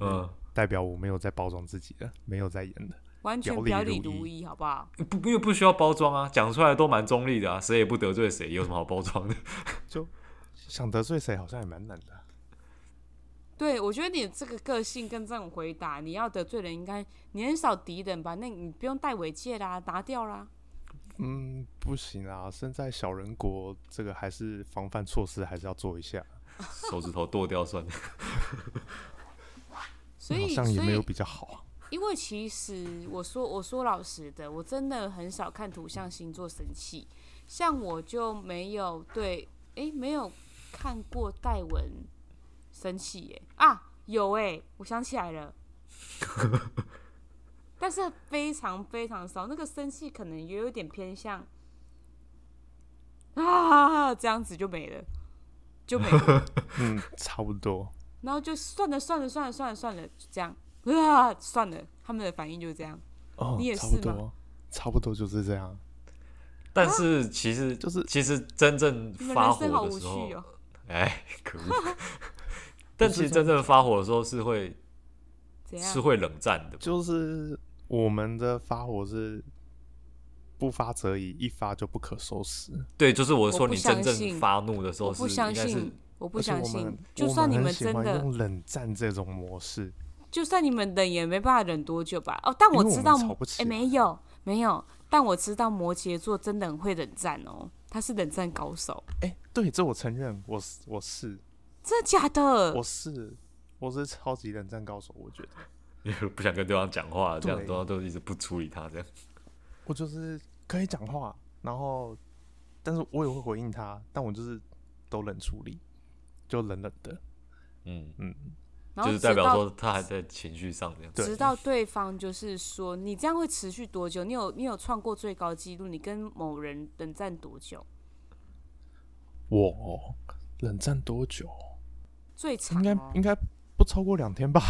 A: 嗯，
C: 代表我没有在包装自己的，没有在演的。
B: 完全
C: 表里
B: 表
C: 如
B: 里
C: 一
B: 如一，好不好？
A: 不不又不需要包装啊，讲出来都蛮中立的啊，谁也不得罪谁，有什么好包装的？ [LAUGHS]
C: 想得罪谁好像也蛮难的。啊
B: 对，我觉得你这个个性跟这种回答，你要得罪人应该你很少敌人吧？那你不用戴尾戒啦，拿掉啦。
C: 嗯，不行啊，身在小人国，这个还是防范措施还是要做一下。
A: 手指头剁掉算了。
B: 所
C: 好
B: 以，
C: 像也
B: 所
C: 没有
B: 以，
C: 比较好。啊
B: 因为其实我说我说老实的，我真的很少看图像星座生气，像我就没有对，诶，没有看过戴文生气耶啊，有诶，我想起来了，但是非常非常少，那个生气可能也有点偏向啊这样子就没了，就没了。
C: [LAUGHS]
B: [LAUGHS]
C: 嗯，差不多。
B: 然后就算了算了算了算了算了，就这样啊，算了，他们的反应就是这样。
C: 哦，
B: 你也
C: 差不
B: 是吗
C: 多，差不多就是这样。
A: 但是其实
C: 就是
A: [LAUGHS] 其实真正
B: 你们
A: 发
B: 人生好
A: 火
B: 无
A: 的时候
B: 趣，哦。
A: 哎，可
B: [LAUGHS]
A: 恶！但其实真正发火的时候是会
B: 怎样
A: 是？会冷战的，
C: 就是我们的发火是不发则已，一发就不可收拾。
A: 对，就是我
B: 我
A: 说
B: 不
A: 你
B: 相
A: 真正
B: 信
A: 发怒的时
B: 我
A: 候是
B: 不
A: 应
B: 相
A: 该是
B: 信，我不
C: 而且
B: 相
C: 我
B: 信
C: 们，
B: 就
C: 我
B: 算你
C: 很
B: 们
C: 喜
B: 真
C: 欢
B: 的，
C: 用冷战这种模式，
B: 就算你们忍也没办法忍多久吧。哦，但
C: 因
B: 我
C: 为我
B: 知
C: 们
B: 道
C: 吵不，起
B: 哎，没有没有，但我知道摩羯座真的很会冷战哦，他是冷战高手，
C: 哎、对，这我承认，我是我是
B: 真的假的？
C: 我是我是超级冷战高手，我觉得
A: 因为 [LAUGHS] 不想跟对方讲话，这样
C: 对
A: 对方都一直不处理他这样。
C: 我就是可以讲话，然后但是我也会回应他，但我就是都冷处理，就冷冷的，
A: 嗯，
C: 嗯，
B: 然后
A: 就是
B: 直
A: 代表
B: 到
A: 说他还在情绪上这样。
C: 对
B: 直到对方就是说你这样会持续多久？你有你有创过最高纪录？你跟某人冷战多久？
C: 我冷战多久？
B: 最长、
C: 应该
B: 哦、
C: 应该不超过两天吧。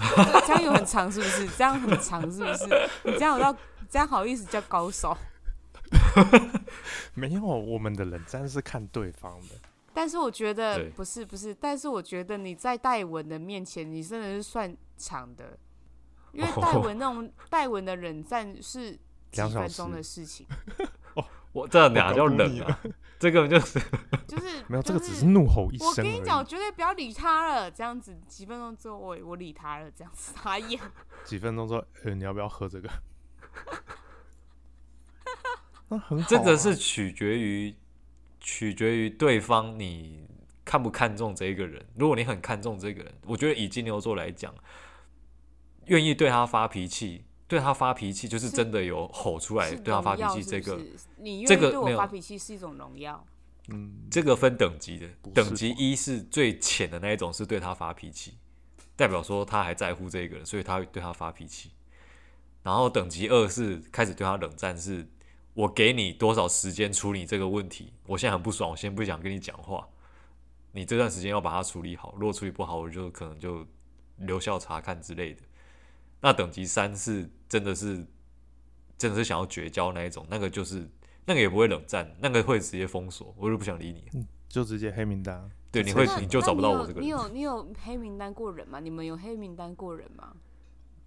C: [LAUGHS]
B: 这样有很长是不是？这样很长是不是？你这样有到你这样好意思叫高手？
C: 没有，我们的冷战是看对方的。
B: 但是我觉得
A: 对
B: 不是不是，但是我觉得你在戴文的面前，你真的是算长的，因
A: 哦
B: 为戴文那种戴文的冷战是
A: [LAUGHS]
B: 几
C: 两小
B: 分钟
C: 时
B: 的事情，
A: 我这哪叫冷
C: 我
A: 啊？这根本
B: [LAUGHS]
A: 就是
B: 就是
C: 没有，
B: 就
C: 这个只是怒吼一
B: 嗯
C: 声
B: 我
C: 而
B: 跟
C: 已。
B: 你讲，我绝对不要理他了。这样子几分钟之后，我我理他了，这样子傻眼。
C: 几分钟之后，呃，你要不要喝这个？ [LAUGHS] 那很好、啊，
A: 这个是取决于取决于对方你看不看重这一个人。如果你很看重这个人，我觉得以金牛座来讲，愿意对他发脾气，对他发脾气就是真的有吼出来
B: 是
A: [LAUGHS] 对他发脾
B: 荣耀
A: 气，这个
B: 是不是你愿
A: 这
B: 意
A: 个
B: 对
A: 没
B: 我
A: 有
B: 发脾气是一种荣耀，
C: 嗯，
A: 这个分等级的
C: 不，是
A: 等级
C: 吧
A: 一是最浅的那一种，是对他发脾气，代表说他还在乎这个人，所以他对他发脾气。然后等级二是开始对他冷战，是我给你多少时间处理这个问题，我现在很不爽，我先不想跟你讲话，你这段时间要把它处理好，如果处理不好，我就可能就留校察看之类的。那等级三是真的是真的是想要绝交那一种，那个就是那个也不会冷战，那个会直接封锁，我就不想理你。
C: 就直接黑名单。
A: 对，你
C: 直
A: 会
C: 接
B: 那
A: 你就
B: 那
A: 找不到
B: 有
A: 我这个人。
B: 你有你有黑名单过人吗？你们有黑名单过人吗？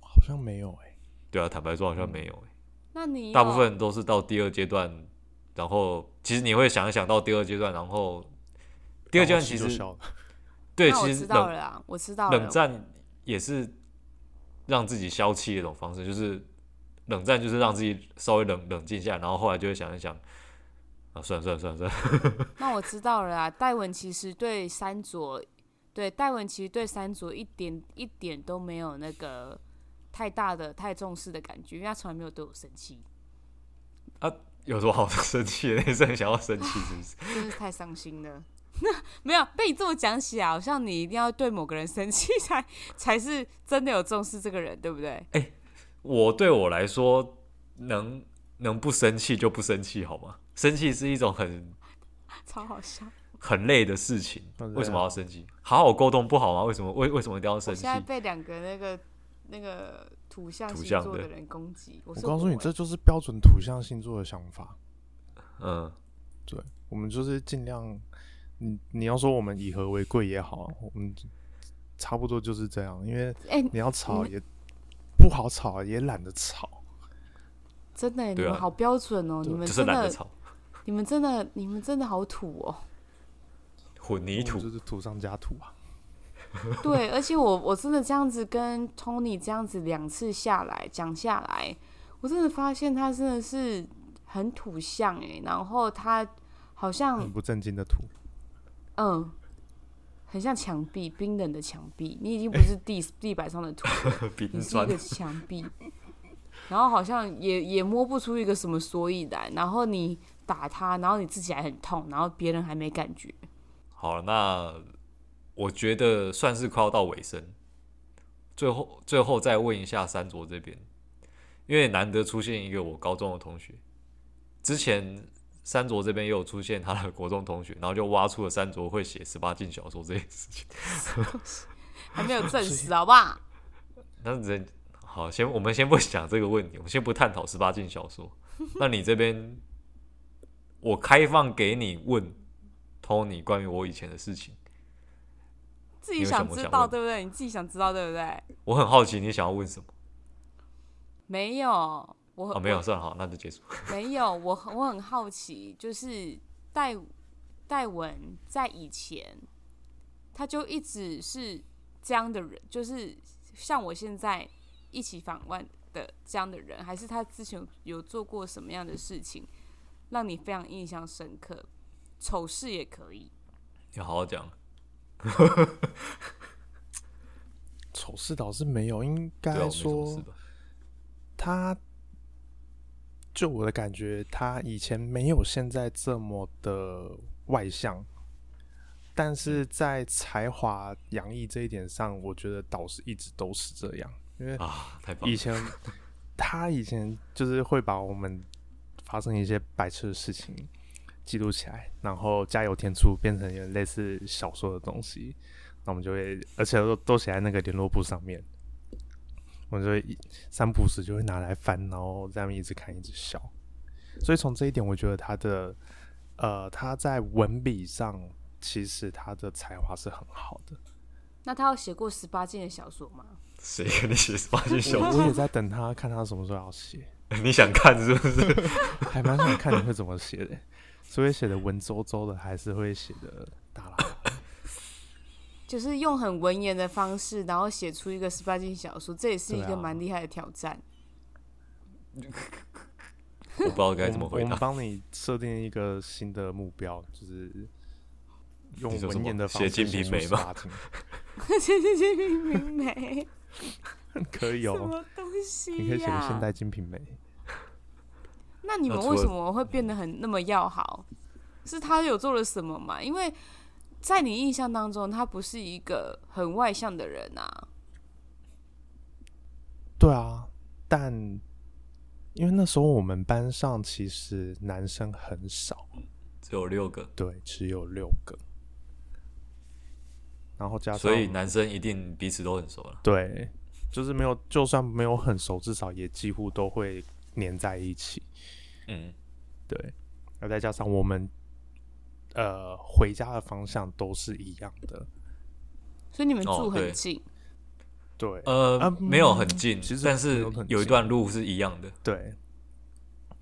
C: 好像没有哎、
A: 对啊，坦白说好
B: 嗯
A: 像没有欸、
B: 那你
A: 大
B: 有
A: 部分都是到第二阶段，然后其实你会想一想到第二阶段，然后第二阶段其
C: 然后
A: 实
C: 气就消了
A: 对，
B: 那我
A: 其
B: 知
A: 实
B: 道
A: 冷
B: 了啦，我知道了
A: 冷。战也是让自己消气的一种方式，就是冷战就是让自己稍微冷冷静一下，然后后来就会想一想，啊，算了算了算了算了，
B: 那我知道了啦。戴文其实对三卓，对戴文其实对三卓一点一点都没有那个太大的太重视的感觉，因为他从来没有对我生气，
A: 有什么好生气的？你是很想要生气是
B: [LAUGHS]
A: 不是？
B: 真是太伤心了。没有被你这么讲起来，好像你一定要对某个人生气才才是真的有重视这个人，对不对？ [LAUGHS]
A: 我对我来说，能能不生气就不生气好吗？生气是一种很
B: 超好笑。
A: 很累的事情
C: 很，累啊
A: 为什么要生气？好好沟通不好吗？为什么为为什么一定要
B: 我
A: 生
B: 现
A: 气？
B: 在被两个那个那个土象
A: 土
B: 星
A: 象
B: 座
A: 的
B: 的人攻击，我
C: 我欸
B: 说
C: 告诉你，
B: 我
C: 这就是标准土象星座的想法。
A: 嗯，
C: 我们就是尽量，你你要说我们以和为贵也好，我们差不多就是这样，因为
B: 哎、
C: 你要吵
B: 你
C: 也不好吵，也懒得吵。
B: 真的耶、你
A: 对啊
B: 们好标准哦、你们
A: 就是
B: 真
A: 懒得
B: 的，
A: 吵，
B: 你们真的，你们真的好土哦、
A: 混凝
C: 我
A: 土
C: 们就是土上加土啊。
B: 对，而且我我真的这样子跟 Tony 这样子两次下来讲下来，我真的发现他真的是很土象哎、然后他好像
C: 很不正经的土，
B: 嗯，很像墙壁，冰冷的墙壁，你已经不是地 [LAUGHS] 地板上的土了
A: 冰
B: 你是一
A: 砖
B: 个，墙壁，然后好像也也摸不出一个什么所以然，然后你打他，然后你自己还很痛，然后别人还没感觉。
A: 好了，那我觉得算是快要到尾声。最后，最后再问一下三卓这边，因为难得出现一个我高中的同学，之前三卓这边也有出现他的国中同学，然后就挖出了三卓会写十八禁小说这件事情。
B: 还没有
A: [LAUGHS]
B: 证实，好不好？
A: 但是人好，先我们先不想这个问题，我们先不探讨十八禁小
C: [LAUGHS]
A: 说。那你这边，我开放给你问 Tony 关于我以前的事情，
B: 自
A: 你
B: 己
A: 有什
B: 想
A: 么
B: 知
A: 想
B: 道
A: 问
B: 对不对？你自己想知道对不对？
A: 我很好奇你想要问什么。
B: 没有，我、
A: 哦，没有，算了好，那就结束。
B: 没有，我很我很好奇，就是戴戴文在以前，他就一直是这样的人，就是像我现在一起访问的这样的人，还是他之前有做过什么样的事情，让你非常印象深刻？丑事也可以，
A: 你好好讲。
C: 丑事倒是没有，应
A: 对啊，我
C: 该
A: 没什么事
C: 说
A: 吧？
C: 他，就我的感觉，他以前没有现在这么的外向，但是在才华洋溢这一点上，我觉得倒是一直都是这样，因为
A: 啊，太棒
C: 以
A: 了！
C: 前他以前就是会把我们发生一些白痴的事情记录起来，然后加油添醋，变成有点类似小说的东西。那我们就会，而且都都写在那个联络簿上面，我们就会一三不五时就会拿来翻，然后在那边一直看一直笑。所以从这一点，我觉得他的呃他在文笔上，其实他的才华是很好的。
B: 那他有写过十八禁的小说吗？
A: 谁跟你写十八禁小
C: 我
A: 说？ [LAUGHS]
C: 我也在等他看他什么时候要写。
A: 你想看是不是？ [LAUGHS]
C: 还蛮想看你会怎么写的， [LAUGHS] 是会写的文绉绉的，还是会写的大啦啦？
B: 就是用很文言的方式，然后写出一个十八禁小说，这也是一
C: 对
B: 个
C: 啊
B: 蛮厉害的挑战。
A: 我 [LAUGHS] 不知道该
C: 我
A: 怎么
C: 们
A: 回
C: 我们
A: 答。
C: 帮你设定一个新的目标，就是用
A: 你说什
C: 文
A: 么
C: 言的方
A: 写
C: 式
A: 金
C: 写
A: 瓶
C: 出
A: 梅吗
C: 十八禁
B: 谢谢谢谢明美，
C: [LAUGHS]
B: [LAUGHS]
C: 可以
B: 什
C: 哦，
B: 么东西、呀？
C: 你可以写个现代精品美。
B: 那你们
A: 那除
B: 为
A: 了
B: 什么会变得很那么要好？是他有做了什么吗？因为在你印象当中，他不是一个很外向的人啊。
C: 对啊，但因为那时候我们班上其实男生很少，
A: 只有六个，
C: 对，只有六个，然后加上
A: 所以男生一定彼此都很熟了。
C: 对，就是没有，就算没有很熟，至少也几乎都会黏在一起。
A: 嗯，
C: 对，然后再加上我们呃回家的方向都是一样的，
B: 所以你们
A: 哦
B: 住很
A: 对
B: 近，
C: 对，
A: 呃，
C: 啊
A: 没有很近，
C: 其实
A: 但
C: 没
A: 是
C: 有很
A: 有一
C: 近
A: 段路是一样的。
C: 对，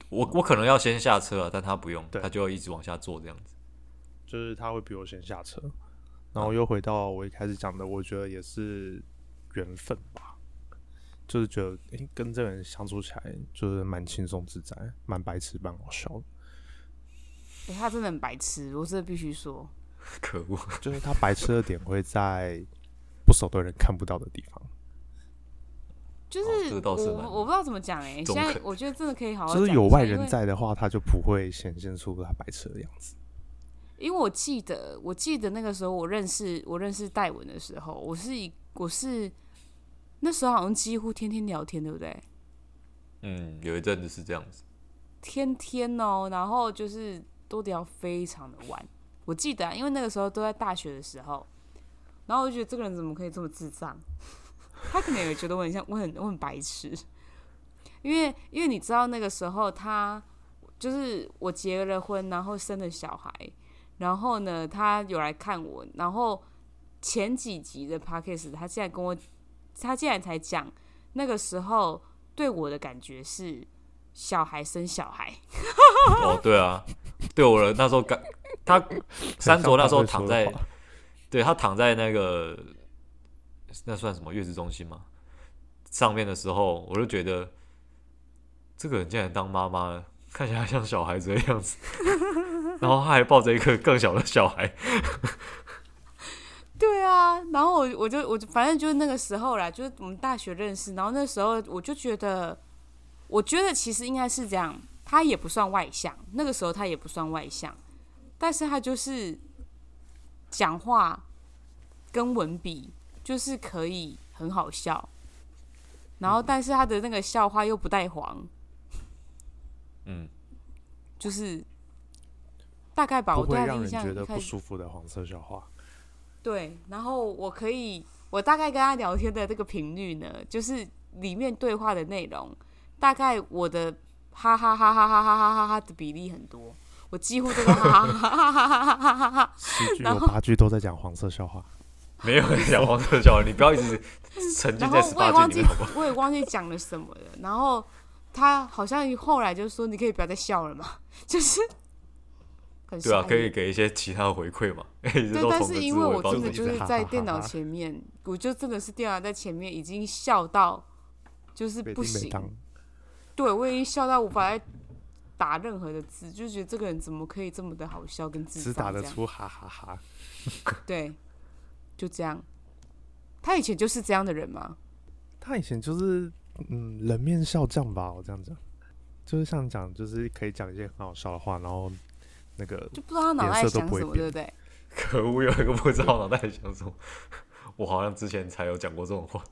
A: 我我可能要先下车啊，但他不用，
C: 对
A: 他就一直往下坐这样子。 [LAUGHS]
C: 就是他会比我先下车，然后又回到我一开始讲的，我觉得也是缘分吧，就是觉得诶、跟这个人相处起来就是蛮轻松自在，蛮白痴蛮好笑的，
B: 诶他真的很白痴，我真的必须说。
A: 可恶，
C: 就是他白痴的点会在不熟的人看不到的地方，
B: 就
A: 哦
B: 是
A: 这个
B: 我、
A: 倒是蛮
B: 我不知道怎么讲哎、
A: 中
B: 现在
A: 肯
B: 我觉得真的可以好好
C: 就是
B: 讲
C: 有
B: 一下
C: 外
B: 因
C: 人
B: 为
C: 在的话，他就不会显现出他白痴的样子。
B: 因为我记得，我记得那个时候我认识我认识戴文的时候，我是一我是那时候好像几乎天天聊天，对不对？
A: 嗯，有一阵子是这样子。
B: 天天哦，然后就是都聊非常的晚。我记得、啊，因为那个时候都在大学的时候，然后我就觉得这个人怎么可以这么智障？ [LAUGHS] 他可能也觉得我很像我很我很白痴，因为因为你知道那个时候他就是我结了婚，然后生了小孩，然后呢他有来看我，然后前几集的 podcast 他竟然跟我，他竟然才讲那个时候对我的感觉是小孩生小孩，
A: 哦，对啊，对我的那时候感，
C: [LAUGHS]
A: 他山卓那时候
C: 很像
A: 躺
C: 大
A: 在
C: 卫说的话，
A: 对他躺在那个那算什么月子中心吗？上面的时候，我就觉得这个人竟然当妈妈了，看起来像小孩子的样子， [LAUGHS] 然后他还抱着一个更小的小孩，
B: 对啊，然后我我就我就反正就是那个时候啦，就是我们大学认识，然后那时候我就觉得，我觉得其实应该是这样，他也不算外向，那个时候他也不算外向，但是他就是讲话跟文笔就是可以很好笑，然后但是他的那个笑话又不带黄，
A: 嗯，
B: 就是大概吧，
C: 不
B: 我对
C: 会
B: 他的
C: 让
B: 印
C: 人
B: 象
C: 觉
B: 一
C: 得
B: 开
C: 不
B: 始
C: 舒服的黄色
B: [LAUGHS]
C: 笑话。
B: 对，然后我可以，我大概跟他聊天的这个频率呢，就是里面对话的内容，大概我的哈哈哈哈哈哈哈哈哈的比例很多，我几乎都是哈哈哈哈哈哈哈哈哈哈。
C: 十句
B: 然
C: 有八句都在讲黄色笑话。
A: 没有人讲黄色小孩，你不要一直沉浸
B: 然
A: 在
B: 后
A: 十
B: 我也
A: 八
B: 忘
A: 禁
B: 记
A: 里面好不好？
B: 我也忘记讲了什么了。然后他好像后来就说：“你可以不要再笑了嘛。” [LAUGHS] 就是很
A: 对啊，
B: 傻
A: 可以
B: 眼
A: 给一些其他的回馈嘛， [LAUGHS] 一直
B: 对，
A: 都
B: 但
A: 同
B: 是
A: 个字
B: 因为我
A: 尾包
B: 真
A: 着
B: 的
A: 一
C: 己
B: 就是
C: 哈哈
B: 在
C: 哈
B: 电脑
C: 哈
B: 前面，我就真的是电脑在前面已经笑到就是
C: 北
B: [LAUGHS] 不
C: 京北
B: 行，
C: 当，
B: 对我已经笑到无法再打任何的字，就觉得这个人怎么可以这么的好笑跟智
C: 只打
B: 障这
C: 得
B: 样？
C: 出哈哈哈。
B: 对，就这样。他以前就是这样的人吗？
C: 他以前就是嗯冷面笑匠吧，我这样讲，就是像讲就是可以讲一些很好笑的话，然后那个
B: 就不知道他脑
C: 脸
B: 袋
C: 色都
B: 想
C: 不会
B: 什么，对不
C: 变
B: 对？
A: [LAUGHS] 可恶，有一个不知道脑袋里想什么。我好像之前才有讲过这种话，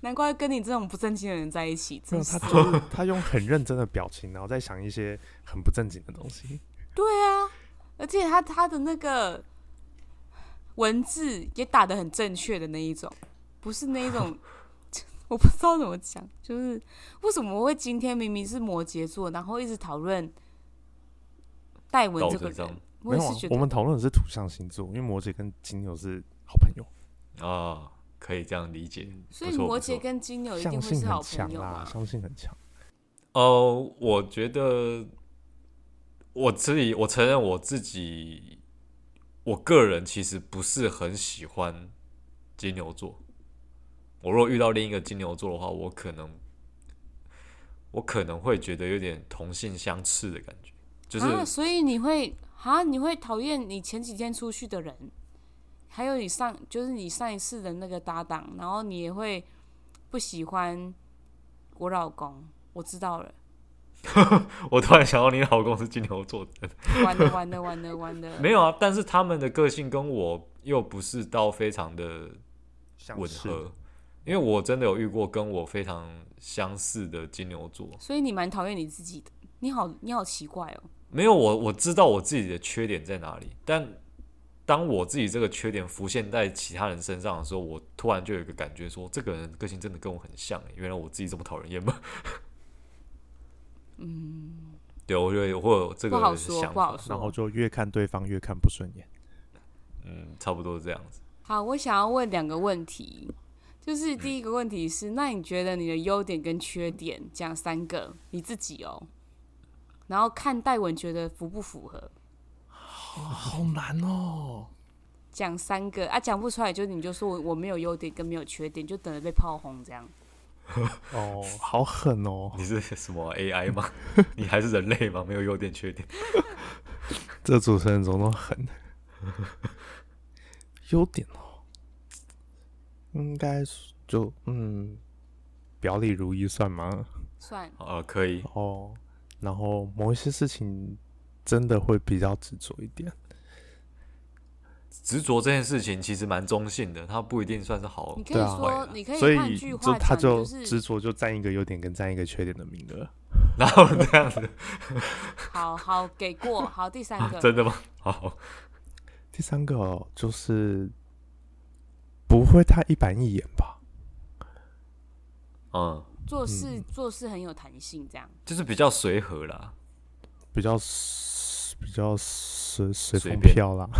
B: 难怪跟你这种不正经的人在一起，
C: 没
B: 真
C: 有
B: 是
C: 他。就是他用很认真的表情，然后再想一些很不正经的东西。
B: 对啊，而且他他的那个文字也打得很正确的那一种，不是那一
C: [LAUGHS]
B: 种，我不知道怎么讲，就是为什么会今天明明是摩羯座，然后一直讨论戴文
A: 高
B: 这个
A: 智商
B: 人，我
C: 没
B: 也
C: 有、啊
B: 是觉，
C: 我
B: 得
C: 们讨论的是土象星座，因为摩羯跟金牛是好朋友，
A: 啊，可以这样理解。
B: 嗯所以
A: 不错
B: 摩
A: 不错
B: 羯跟金呃牛一定
C: 相
B: 会
C: 性
B: 是好
C: 很
B: 朋
C: 强啊
B: 友
C: 啦
B: 嘛，？
C: 相性很强。
A: 哦，我觉得呃我自己，我承认我自己，我个人其实不是很喜欢金牛座。我如果遇到另一个金牛座的话，我可能我可能会觉得有点同性相斥的感觉，就是、
B: 啊，所以你会啊，你会讨厌你前几天出去的人，还有你上就是你上一次的那个搭档，然后你也会不喜欢我老公，我知道了， [LAUGHS]
A: 我突然想到，你老公是金牛座的，
B: 完了完了完了完了，
A: 没有啊？但是他们的个性跟我又不是到非常的
C: 相
A: 吻
C: 似
A: 合，因为我真的有遇过跟我非常相似的金牛座。
B: 所以你蛮讨厌你自己的，你好你好奇怪哦，
A: 没有我，我知道我自己的缺点在哪里，但当我自己这个缺点浮现在其他人身上的时候，我突然就有一个感觉说，这个人个性真的跟我很像欸，原来我自己这么讨人厌吗？ [LAUGHS] 嗯，对，我觉得我会有这
B: 不好
A: 个
B: 说
A: 想
B: 不好
A: 法，
C: 然后
B: 说。
C: 就越看对方越看不顺眼。
A: 嗯，差不多是这样子。
B: 好，我想要问两个问题，就是第一个问题是，那你觉得你的优点跟缺点讲三个，你自己哦，然后看戴文觉得符不符合，
C: 好难哦，
B: 讲三个啊，讲不出来就你就说我我没有优点跟没有缺点，就等着被炮轰这样。
C: 哦，好狠哦，
A: 你是什么 AI 吗？ [LAUGHS] 你还是人类吗？没有优点缺点。
C: 这主持人怎么那么 [LAUGHS] 狠？优点哦，应该是就嗯，表里如一算吗？
B: 算
A: 呃，可以，
C: 哦，然后某一些事情真的会比较执着一点。
A: 执着这件事情其实蛮中性的，它不一定算是好
B: 你。可以
C: 对啊
B: 说，
A: 坏啊
B: 你可
C: 所
B: 以换
C: 以
B: 句
C: 就
B: 话
C: 他
B: 讲，
C: 就是执着就占一个优点跟占一个缺点的名额。
A: 然后这样子，
B: 好好给过。好，第三
C: [LAUGHS] 啊
B: 个，
A: 真的吗？好，
C: 第三个哦就是不会太一板一眼吧？
A: 嗯，
B: 做事做事很有弹性，这样
A: 就是比较随和啦。
C: 比较 s- 比较随随
A: 随
C: 风
A: 便
C: 飘啦。 [LAUGHS]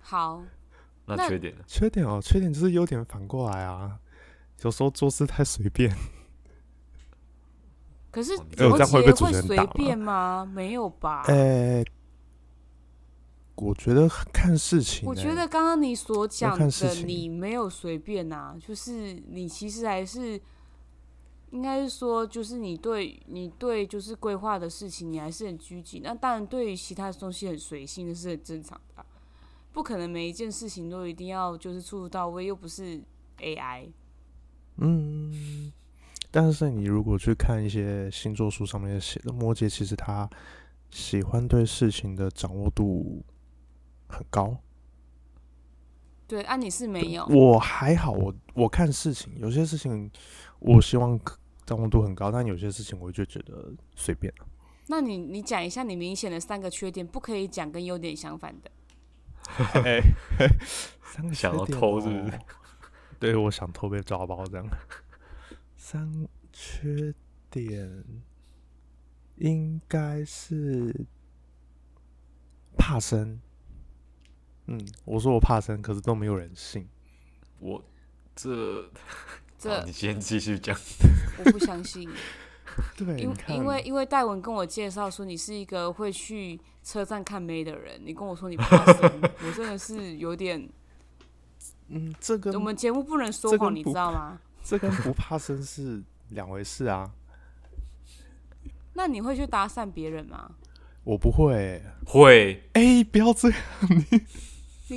B: 好。
A: 那
B: 那
A: 缺点呢？
C: 缺点哦，缺点就是优点反过来啊。有时候做事太随便，
B: 可是
A: 哦你
C: 哎这
B: 摩
C: 样会被
B: 羯
C: 主
B: 会
C: 持人
B: 随
C: 打吗 [LAUGHS]
B: 便吗？没有吧？
C: 呃、我觉得看事情欸、
B: 我觉得刚刚你所讲
C: 看事
B: 的，
C: 情
B: 你没有随便啊，就是你其实还是应该是说，就是你对你对就是规划的事情，你还是很拘谨。那当然，对于其他东西很随性，那是很正常的啊、不可能每一件事情都一定要就是处处到位，又不是 AI。
C: 嗯，但是你如果去看一些星座书上面写的，摩羯其实他喜欢对事情的掌握度很高。
B: 对，啊，你是没有，
C: 我还好，我我看事情，有些事情我希望可掌握度很高，但有些事情我就觉得随便。
B: 那你你讲一下你明显的三个缺点，不可以讲跟优点相反的。
A: [LAUGHS]
C: [LAUGHS] 三个
A: 哎想
C: 缺
A: 要
C: 点
A: 偷是不是
C: 哦？ [LAUGHS] 对，我想偷被抓包这样。 [LAUGHS] 三缺点应该是怕生。嗯，我说我怕生，可是都没有人信。
A: 我这，好
B: 这
A: 你先继续讲。
B: 我不相信。
C: 对，
B: 因
C: 你
B: 为
C: 看
B: 因为因为戴文跟我介绍说你是一个会去车站看妹的人，你跟我说你怕生，我真的是
A: [LAUGHS]
B: 有点。
C: 嗯，这跟
B: 我们节目不能说
C: 这
B: 谎，
C: 跟
B: 你
C: 不
B: 知道吗？
C: 这跟不怕生是两回事啊。
B: 那你会去搭讪别人吗？
C: 我不会欸、
A: 会
C: 哎、不要这样，
B: 你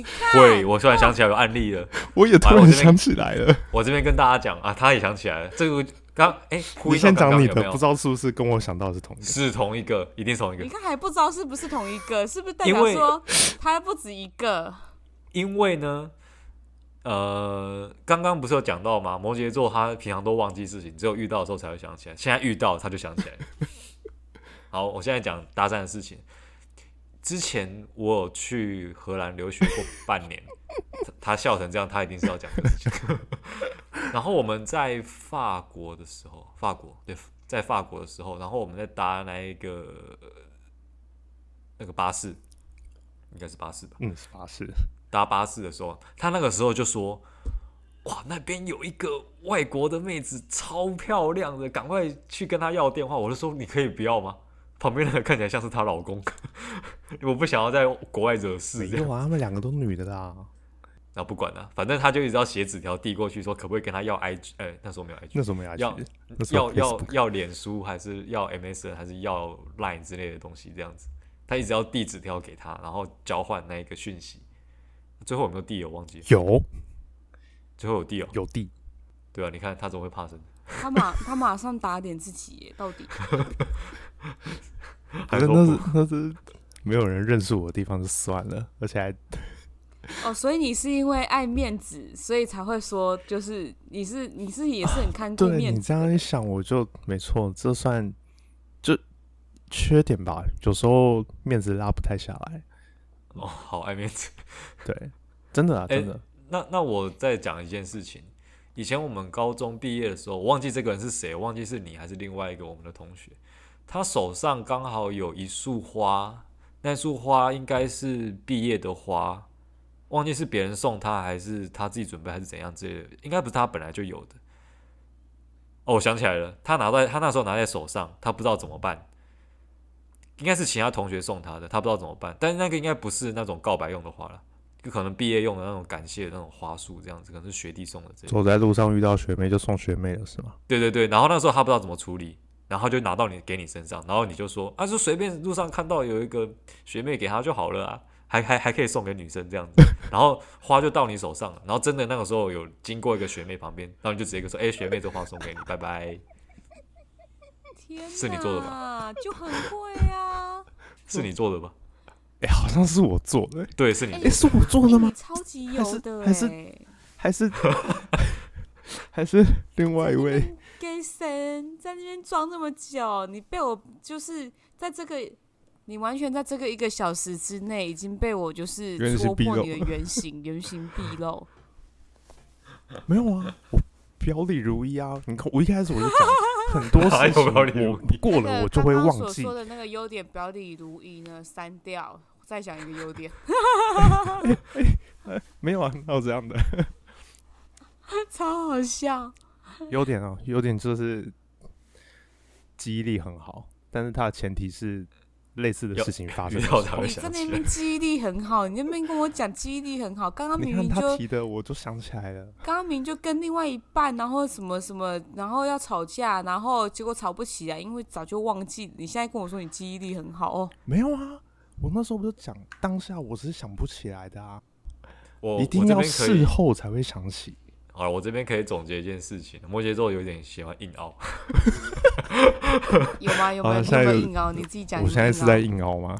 A: [LAUGHS]
B: 看，
A: 会，我突然想起来有案例了。
C: 我也
A: 完
C: 突
A: 了我
C: 然
A: 这边
C: 想起来了。
A: 我这边跟大家讲啊，他也想起来了。这个刚哎，呼应到
C: 你先
A: 刚
C: 讲
A: 刚
C: 你
A: 有没
C: 的，
A: 有
C: 不知？道是不是跟我想到的是同一个。
A: 是同一个，一定是同一个
B: 你。看还不知道是不是同一个，是不是代
A: 因
B: 表
A: 为
B: 说他不止一个？
A: 因为呢，呃，刚刚不是有讲到吗？摩羯座他平常都忘记事情，只有遇到的时候才会想起来。现在遇到他就想起来了。好，我现在讲搭讪的事情。之前我有去荷兰留学过半年， [LAUGHS] 他他笑成这样，他一定是要讲这个事情。然后我们在法国的时候，法国对，在法国的时候，然后我们在搭那一个呃那个巴士，应该是巴士吧。
C: 嗯，是巴士。
A: 搭巴士的时候，他那个时候就说：“哇，那边有一个外国的妹子超漂亮的，赶快去跟她要电话。”我就说：“你可以不要吗？”旁边那个看起来像是她老公， [LAUGHS] 我不想要在国外惹事
C: 没
A: 这样。
C: 有啊，他们两个都女的啦。
A: 然后不管了、反正他就一直要写纸条递过去，说可不可以跟她要 IG？哎、那时候没有 IG，
C: 那时候没有
A: 要
C: IG，那时候
A: 要要
C: Facebook
A: 要脸书还是要 MSN 还是要 Line 之类的东西这样子。他一直要递纸条给他，然后交换那一个讯息。最后有没有递我忘记了，
C: 有
A: 最后有递哦，
C: 有地，
A: 对啊，你看他怎么会怕生？
B: 他马他马上打脸自己耶，到底
A: 还
C: 可是
A: 说
C: 那
A: 不
C: 是那是没有人认识我的地方就算了，而且还
B: 哦，所以你是因为爱面子，所以才会说，就是你是你是也
A: 啊
B: 是很看顾
C: 对
B: 面
C: 你
B: 子
C: 这样一想，我就没错，这算就缺点吧。有时候面子拉不太下来，
A: [LAUGHS] 哦，好爱面子。
C: 对，真的啊，
A: 哎
C: 真的。
A: 那那我再讲一件事情，以前我们高中毕业的时候，我忘记这个人是谁，我忘记是你还是另外一个我们的同学，他手上刚好有一束花，那束花应该是毕业的花，忘记是别人送他还是他自己准备还是怎样之类的，应该不是他本来就有的。哦，我想起来了，他拿在他那时候拿在手上，他不知道怎么办。应该是其他同学送他的，他不知道怎么办。但是那个应该不是那种告白用的花了，就可能毕业用的那种感谢的那种花束这样子，可能是学弟送的这种。
C: 走在路上遇到学妹就送学妹了，是吗？
A: 对对对，然后那时候他不知道怎么处理，然后就拿到你给你身上，然后你就说啊，就随便路上看到有一个学妹给他就好了啊，还还还可以送给女生这样子，然后花就到你手上了，然后真的那个时候有经过一个学妹旁边，然后你就直接跟说，哎、学妹这花送给你，拜拜，
B: 天
A: 是你做的
B: 哪，就很贵啊！
A: 是你做的吧？
C: 哎、好像是我做的、
A: 对，是你做
C: 哎、
A: 的。
C: 是我做
B: 哎
C: 的吗
B: 你？超级
C: 还
B: 油
C: 是
B: 的
C: 还是
B: 哎，
C: 还是 [LAUGHS] 还是另外一位？
B: 给神在那边装这么久，你被我就是在这个，你完全在这个一个小时之内已经被我就是
C: 原形
B: 戳
C: 毕
B: 破
C: 露
B: 你的原形，原形毕
C: [LAUGHS]
B: 露。
C: 没有啊，我表里如一 [LAUGHS] 啊。你看，我一开始我就讲很多
A: 哪有
C: 事情，
A: 表里如
C: 我
A: 一
C: 过
B: 那
C: 了
B: 个
C: 我就
B: 刚
C: 会
B: 呃刚
C: 忘
B: 所
C: 记
B: 说。的那个优点表里如一呢，删掉，再想一个优
C: [LAUGHS]
B: 点，
C: 没有啊，哪有这样的
B: 超好笑。
C: 优点哦？优点就是记忆力很好，但是它的前提是类似的
A: 要
C: 事情发生
A: 遇
C: 的时
A: 到
C: 候。
A: 它
B: 你
A: 会
B: 在
A: 想
B: 那
A: 起
B: 边
A: 来。
B: 记忆力很好，你那边跟我讲记忆力很好，刚刚
C: 你
B: 明
C: 看
B: 明就
C: 他提的，我就想起来了。
B: 刚刚明明就跟另外一半，然后什么什么，然后要吵架，然后结果吵不起来，因为早就忘记。你现在跟我说你记忆力很好哦，
C: 没有啊，我那时候不就讲，当下我是想不起来的啊，
A: 我
C: 一
A: 我
C: 定
A: 这
C: 要哦
A: 边可以
C: 事后才会想起。
A: 好了，我这边可以总结一件事情，摩羯座有点喜欢硬凹，
B: [LAUGHS] 有吗？有
C: 好
B: 吗？
C: 了
B: 有
C: 啊现
B: 没
C: 在
B: 有
C: 有
B: 硬凹？你自己讲。
C: 我现在是
B: 啊
C: 在硬凹吗？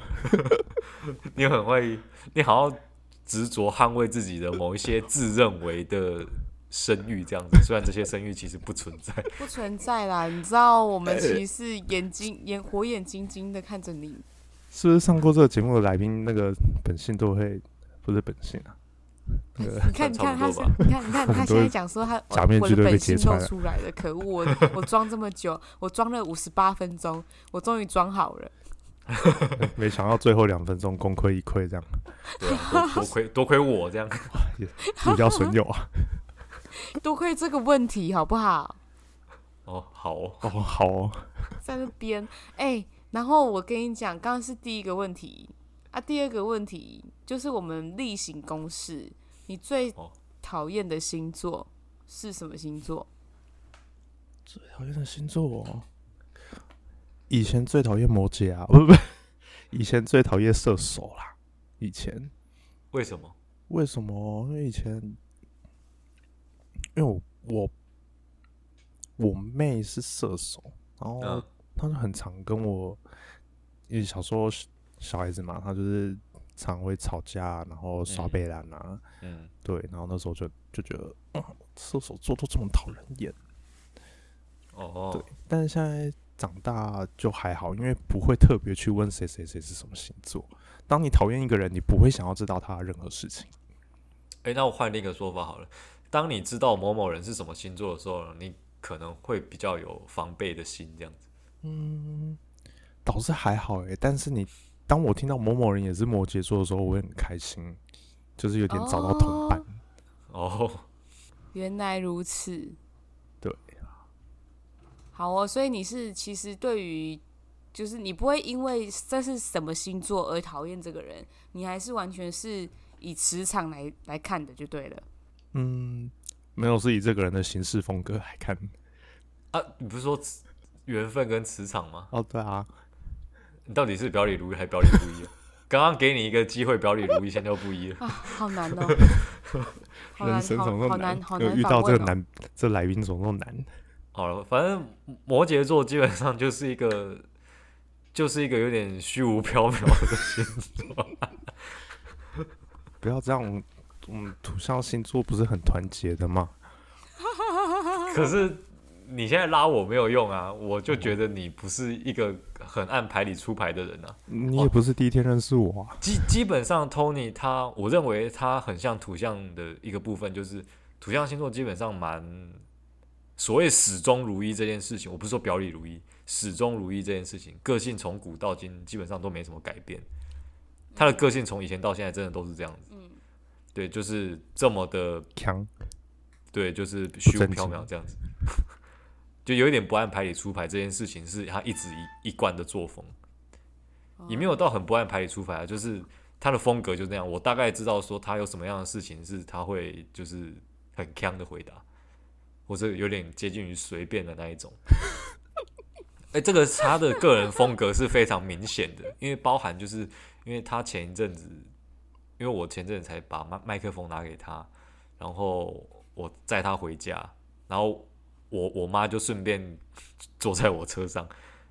A: 你很会，你好像执着捍卫自己的某一些自认为的声誉这样子，虽然这些声誉其实不存在。
B: 不存在啦。你知道我们其实是眼睛眼火眼金睛的看着你，
C: 是不是上过这个节目的来宾，那个本性都会不是本性啊？那个 [LAUGHS]
B: 你看你看他
A: 差不多吧
B: 是你看你看
C: 很多
B: 他现在讲说他
C: 假面
B: 我
C: 具
B: 的
C: 都被
B: 本
C: 揭
B: 性
C: 穿
B: 露
C: 了
B: 出来了，可恶！我 [LAUGHS] 我装这么久，我装了五十八分钟，我终于装好了。
C: 没想到最后两分钟功亏一篑， [LAUGHS] 这样
A: 对啊，多多亏 [LAUGHS] 多亏我这样。
C: 比较损友 [LAUGHS] 啊。
B: 多亏这个问题好不好？
A: 哦，好哦，
C: 哦，好哦，
B: 在那边，哎、然后我跟你讲，刚刚是第一个问题啊，第二个问题就是我们例行公事，你最
A: 哦
B: 讨厌的星座是什么星座？
C: 讨厌的星座哦。以前最讨厌摩羯啊，不 [LAUGHS] 不，不以前最讨厌射手啦。以前
A: 为什么？
C: 为什么？因为以前，因为我我我妹是射手，然后
A: 嗯，
C: 他就很常跟我，因为小时候小小孩子嘛，他就是常会吵架，然后耍
A: 嗯
C: 背烂啊，
A: 嗯，
C: 对，然后那时候就就觉得，嗯，射手座都这么讨人厌，
A: 哦，
C: 但是现在长大就还好，因为不会特别去问谁谁谁是什么星座。当你讨厌一个人，你不会想要知道他的任何事情。
A: 哎、那我换另一个说法好了。当你知道某某人是什么星座的时候，你可能会比较有防备的心，这样子。
C: 嗯，倒是还好诶、但是你当我听到某某人也是摩羯座的时候，我会很开心，就是有点找到同伴。
B: 哦
A: 哦，
B: 原来如此。
C: 对。啊
B: 好哦，所以你是其实对于，就是你不会因为这是什么星座而讨厌这个人，你还是完全是以磁场来来看的就对了。
C: 嗯，没有是以这个人的行事风格来看。
A: 啊，你不是说磁缘分跟磁场吗？
C: 哦，对啊，
A: 你到底是表里如一还是表里不一啊？刚刚给你一个机会表里如一，现在又不一了。
B: 啊，好难
C: [LAUGHS]
B: 哦，好难
C: 人，生怎么
B: 好好
C: 那么
B: 难，好
C: 有
B: 难
C: 遇
B: 访
C: 到这
B: 问
C: 个
B: 哦。
C: 男这来宾怎么那么难？
A: 好了，反正摩羯座基本上就是一个，就是一个有点虚无缥缈 [LAUGHS] 的星座。
C: 不要这样，我们我们土象星座不是很团结的吗？
A: 可是你现在拉我没有用啊，我就觉得你不是一个很按牌理出牌的人啊。
C: 你也不是第一天认识我啊，
A: 基基本上，Tony 他，我认为他很像土象的一个部分，就是土象星座基本上蛮所谓始终如一这件事情，我不是说表里如一，始终如一这件事情，个性从古到今基本上都没什么改变。他的个性从以前到现在真的都是这样子，
B: 嗯
A: 对，就是这么的，
C: 强
A: 对，就是虚无
C: 正
A: 缥
C: 经
A: 缈这样子， [LAUGHS] 就有一点不按牌理出牌这件事情是他一直一一贯的作风。也没
B: 哦
A: 有到很不按牌理出牌啊，就是他的风格就那样。我大概知道说他有什么样的事情是他会就是很强的回答，或者有点接近于随便的那一种。 [LAUGHS] 哎、这个是他的个人风格是非常明显的，因为包含就是因为他前一阵子，因为我前阵子才把麦麦克风拿给他，然后我载他回家，然后我我妈就顺便坐在我车上，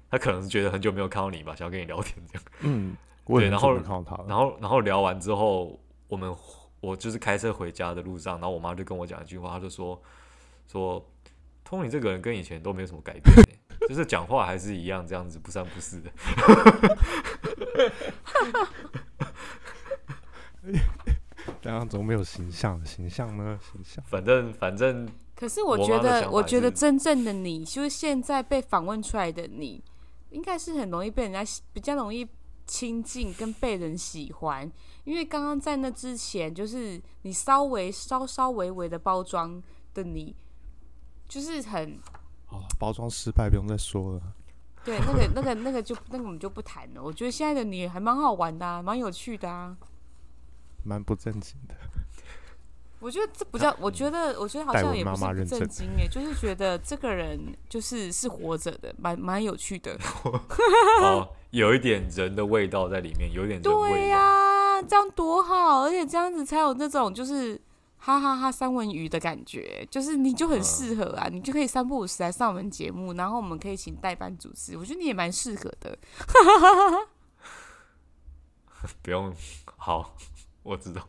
A: 她可能是觉得很久没有看到你吧，想要跟你聊天这样。
C: 嗯，我也
A: 对
C: 很
A: 然
C: 久
A: 后
C: 没看到他了。
A: 然后然后聊完之后，我们我就是开车回家的路上，然后我妈就跟我讲一句话，她就说说通你这个人跟以前都没有什么改变欸、 [LAUGHS] 就是讲话还是一样这样子不三不四的。
C: 然啊后怎么没有形象？形象呢？形象
A: 反正反正
B: 可是我
A: 我
B: 觉
A: 妈的
B: 得，
A: 想
B: 我
A: 法
B: 觉得
A: 是
B: 真正的你，就是现在被访问出来的你，应该是很容易被人家喜比较容易亲近跟被人喜欢，因为刚刚在那之前，就是你稍微稍稍微微的包装的你，就是很
C: 好了，包装失败不用再说了。
B: 对那个那个那个就那个我们就不谈了。我觉得现在的你还蛮好玩的、啊，蛮有趣的啊。
C: 蛮不正经的，
B: 我觉得这不叫，我觉得，我觉得好
C: 代
B: 像
C: 文
B: 也
C: 嗯妈
B: 不
C: 妈
B: 是不
C: 认
B: 正
C: 证
B: 经哎，就是觉得这个人就是是活着的，蛮蛮有趣
C: [LAUGHS]
B: 的。
A: 哦，有一点人的味道在里面，有一点人
B: 对
A: 味道。
B: 呀、这样多好，而且这样子才有那种就是哈哈哈三文鱼的感觉，就是你
C: 嗯
B: 就很适合啊，你就可以三不五时来上我们节目，然后我们可以请代班主持，我觉得你也蛮适合的。
A: 不用，好， [LAUGHS] 我知道。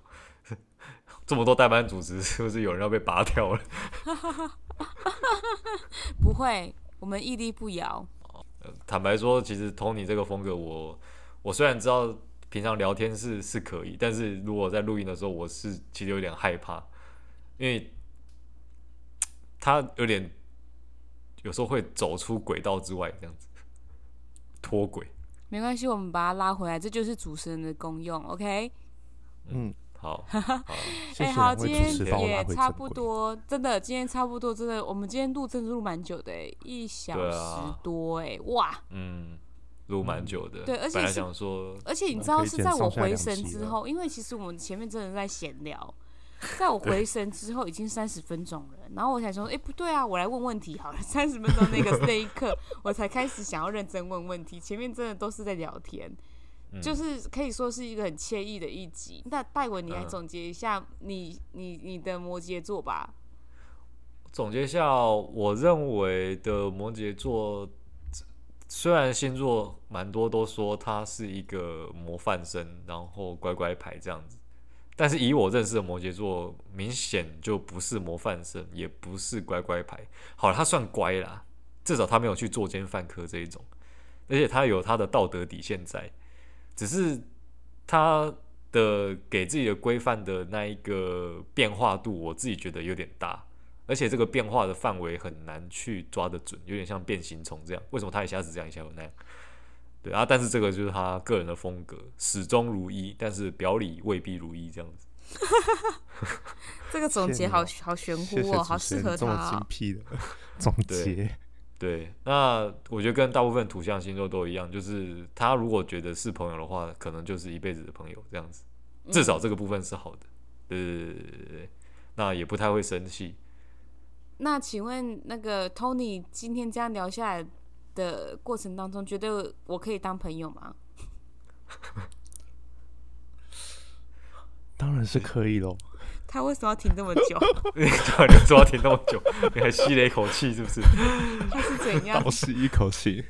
A: 这么多代班主持，是不是有人要被拔掉了？
B: 不会，我们屹立不摇。
A: 坦白说，其实 Tony 这个风格我，我虽然知道平常聊天是是可以，但是如果在录音的时候，我是其实有点害怕，因为他有点有时候会走出轨道之外，这样子脱轨。
B: 没关系，我们把它拉回来，这就是主持人的功用，OK？
C: 嗯，
A: 好，
B: [LAUGHS]
C: 谢
B: 哎、
C: 谢
B: 好，
C: 两位
B: 今
C: 主持
B: 天
C: 帮我拉
B: 也
C: 回
B: 差
C: 正
B: 不
C: 轨。
B: 多，真的，今天差不多，真的，我们今天录真的录蛮久的、哎，一小
A: 对
B: 时
A: 啊
B: 多、哎、哇！
A: 嗯，录蛮久的，
B: 对而且
A: 本来
B: 是
A: 想说，
B: 而且你知
C: 我
B: 道
C: 们
B: 是
C: 可以剪
B: 在我
C: 上下
B: 回
C: 两
B: 神
C: 集
B: 之
C: 了
B: 后，因为其实我们前面真的在闲聊，在我回神之后已经三十分钟了，然后我想说，哎、不对啊，我来问问题好了。三十分钟那个那一刻，我才开始想要认真问问题，前面真的都是在聊天，
A: 嗯
B: 就是可以说是一个很惬意的一集。那戴文，你来
A: 嗯
B: 总结一下你、你你的摩羯座吧。
A: 总结一下，我认为的摩羯座，虽然星座蛮多都说他是一个模范生，然后乖乖牌这样子，但是以我认识的摩羯座，明显就不是模范生，也不是乖乖牌。好了，他算乖啦，至少他没有去作奸犯科这一种，而且他有他的道德底线在，只是他的给自己的规范的那一个变化度，我自己觉得有点大。而且这个变化的范围很难去抓得准，有点像变形虫这样。为什么他一下子这样，一下子那样？对啊，但是这个就是他个人的风格，始终如一，但是表里未必如一这样子。
B: 这个总
C: 谢
B: 结
C: 你
B: 好
C: 哦
B: 好玄乎
C: 谢谢
B: 哦，好
C: 主持
B: 适
C: 人
B: 合
C: 这
B: 他、
C: 么精
B: 哦。
C: 辟的 [LAUGHS] 总
A: 对
C: 结。
A: 对，那我觉得跟大部分土象星座都一样，就是他如果觉得是朋友的话，可能就是一辈子的朋友这样子。至少这个部分是好的。对对对对对对，那也不太会生气。 [LAUGHS]
B: 那请问那个 Tony 今天这样聊下来，的过程当中，觉得我可以当朋友吗？
C: 当然是可以喽。
B: [LAUGHS] 他为什么要停这么
C: [LAUGHS]
B: 久？
A: 你说要停那么久，你还吸了一口气，是不是？
B: 他 [LAUGHS] 是 [LAUGHS] 怎样
D: 倒？吸一口气，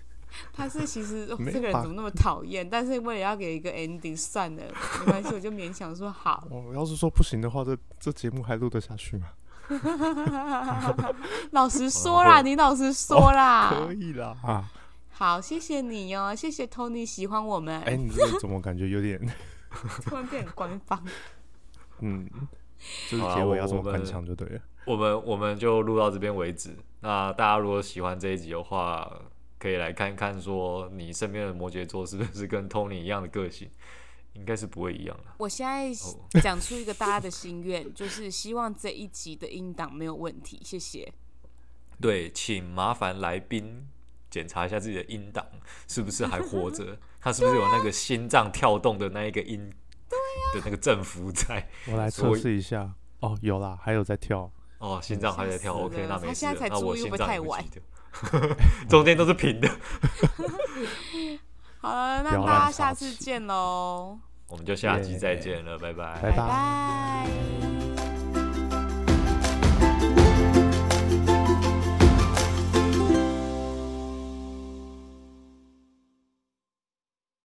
B: 他是其实、哦
C: 没
B: 这个人
C: 法
B: 怎么那么讨厌？但是为了要给一个 ending，算了，没关系，我就勉强说
C: [LAUGHS]
B: 好。
C: 我哦要是说不行的话，这这节目还录得下去吗？
B: 老实说啦，你老实说啦。
C: 哦可以啦啊！
B: 好，谢谢你哦，谢谢 Tony 喜欢我们。
C: 哎、你这个怎么感觉有点…… [LAUGHS]
B: 突然变很官方。
C: 嗯，就是
A: 好啦啊
C: 结尾要
A: 我
C: 这么
A: 我们
C: 翻腔就对了。
A: 我们我们就录到这边为止。那大家如果喜欢这一集的话，可以来看看说你身边的摩羯座是不是跟 Tony 一样的个性，应该是不会一样的。
B: 我现在
A: 哦
B: [LAUGHS] 讲出一个大家的心愿， [LAUGHS] 就是希望这一集的音档没有问题，谢谢。
A: 对，请麻烦来宾检查一下自己的音档是不是还活 [LAUGHS] 着，他是不是有那个心脏跳动的那一个音的那个振幅在。
C: 我来
A: 所以
C: 测试一下。哦，有啦，还有在跳。
A: 哦，心脏还在跳
B: 吓死
A: ，OK，
B: 了
A: 那没
B: 他
A: 事
B: 现在
A: 了。
B: 才
A: 那
B: 注
A: 我
B: 意会
A: 心
B: 不会
A: 脏
B: 太
A: 也不
B: 晚
A: 记得， [LAUGHS] 中间都是平的。
B: 好了，那
C: 不要
B: 大家
C: 乱
B: 下
C: 插
B: 次
C: 旗
B: 见喽，
A: 我们就下集再
C: 耶
A: 见了，拜拜。
C: 拜
B: 拜拜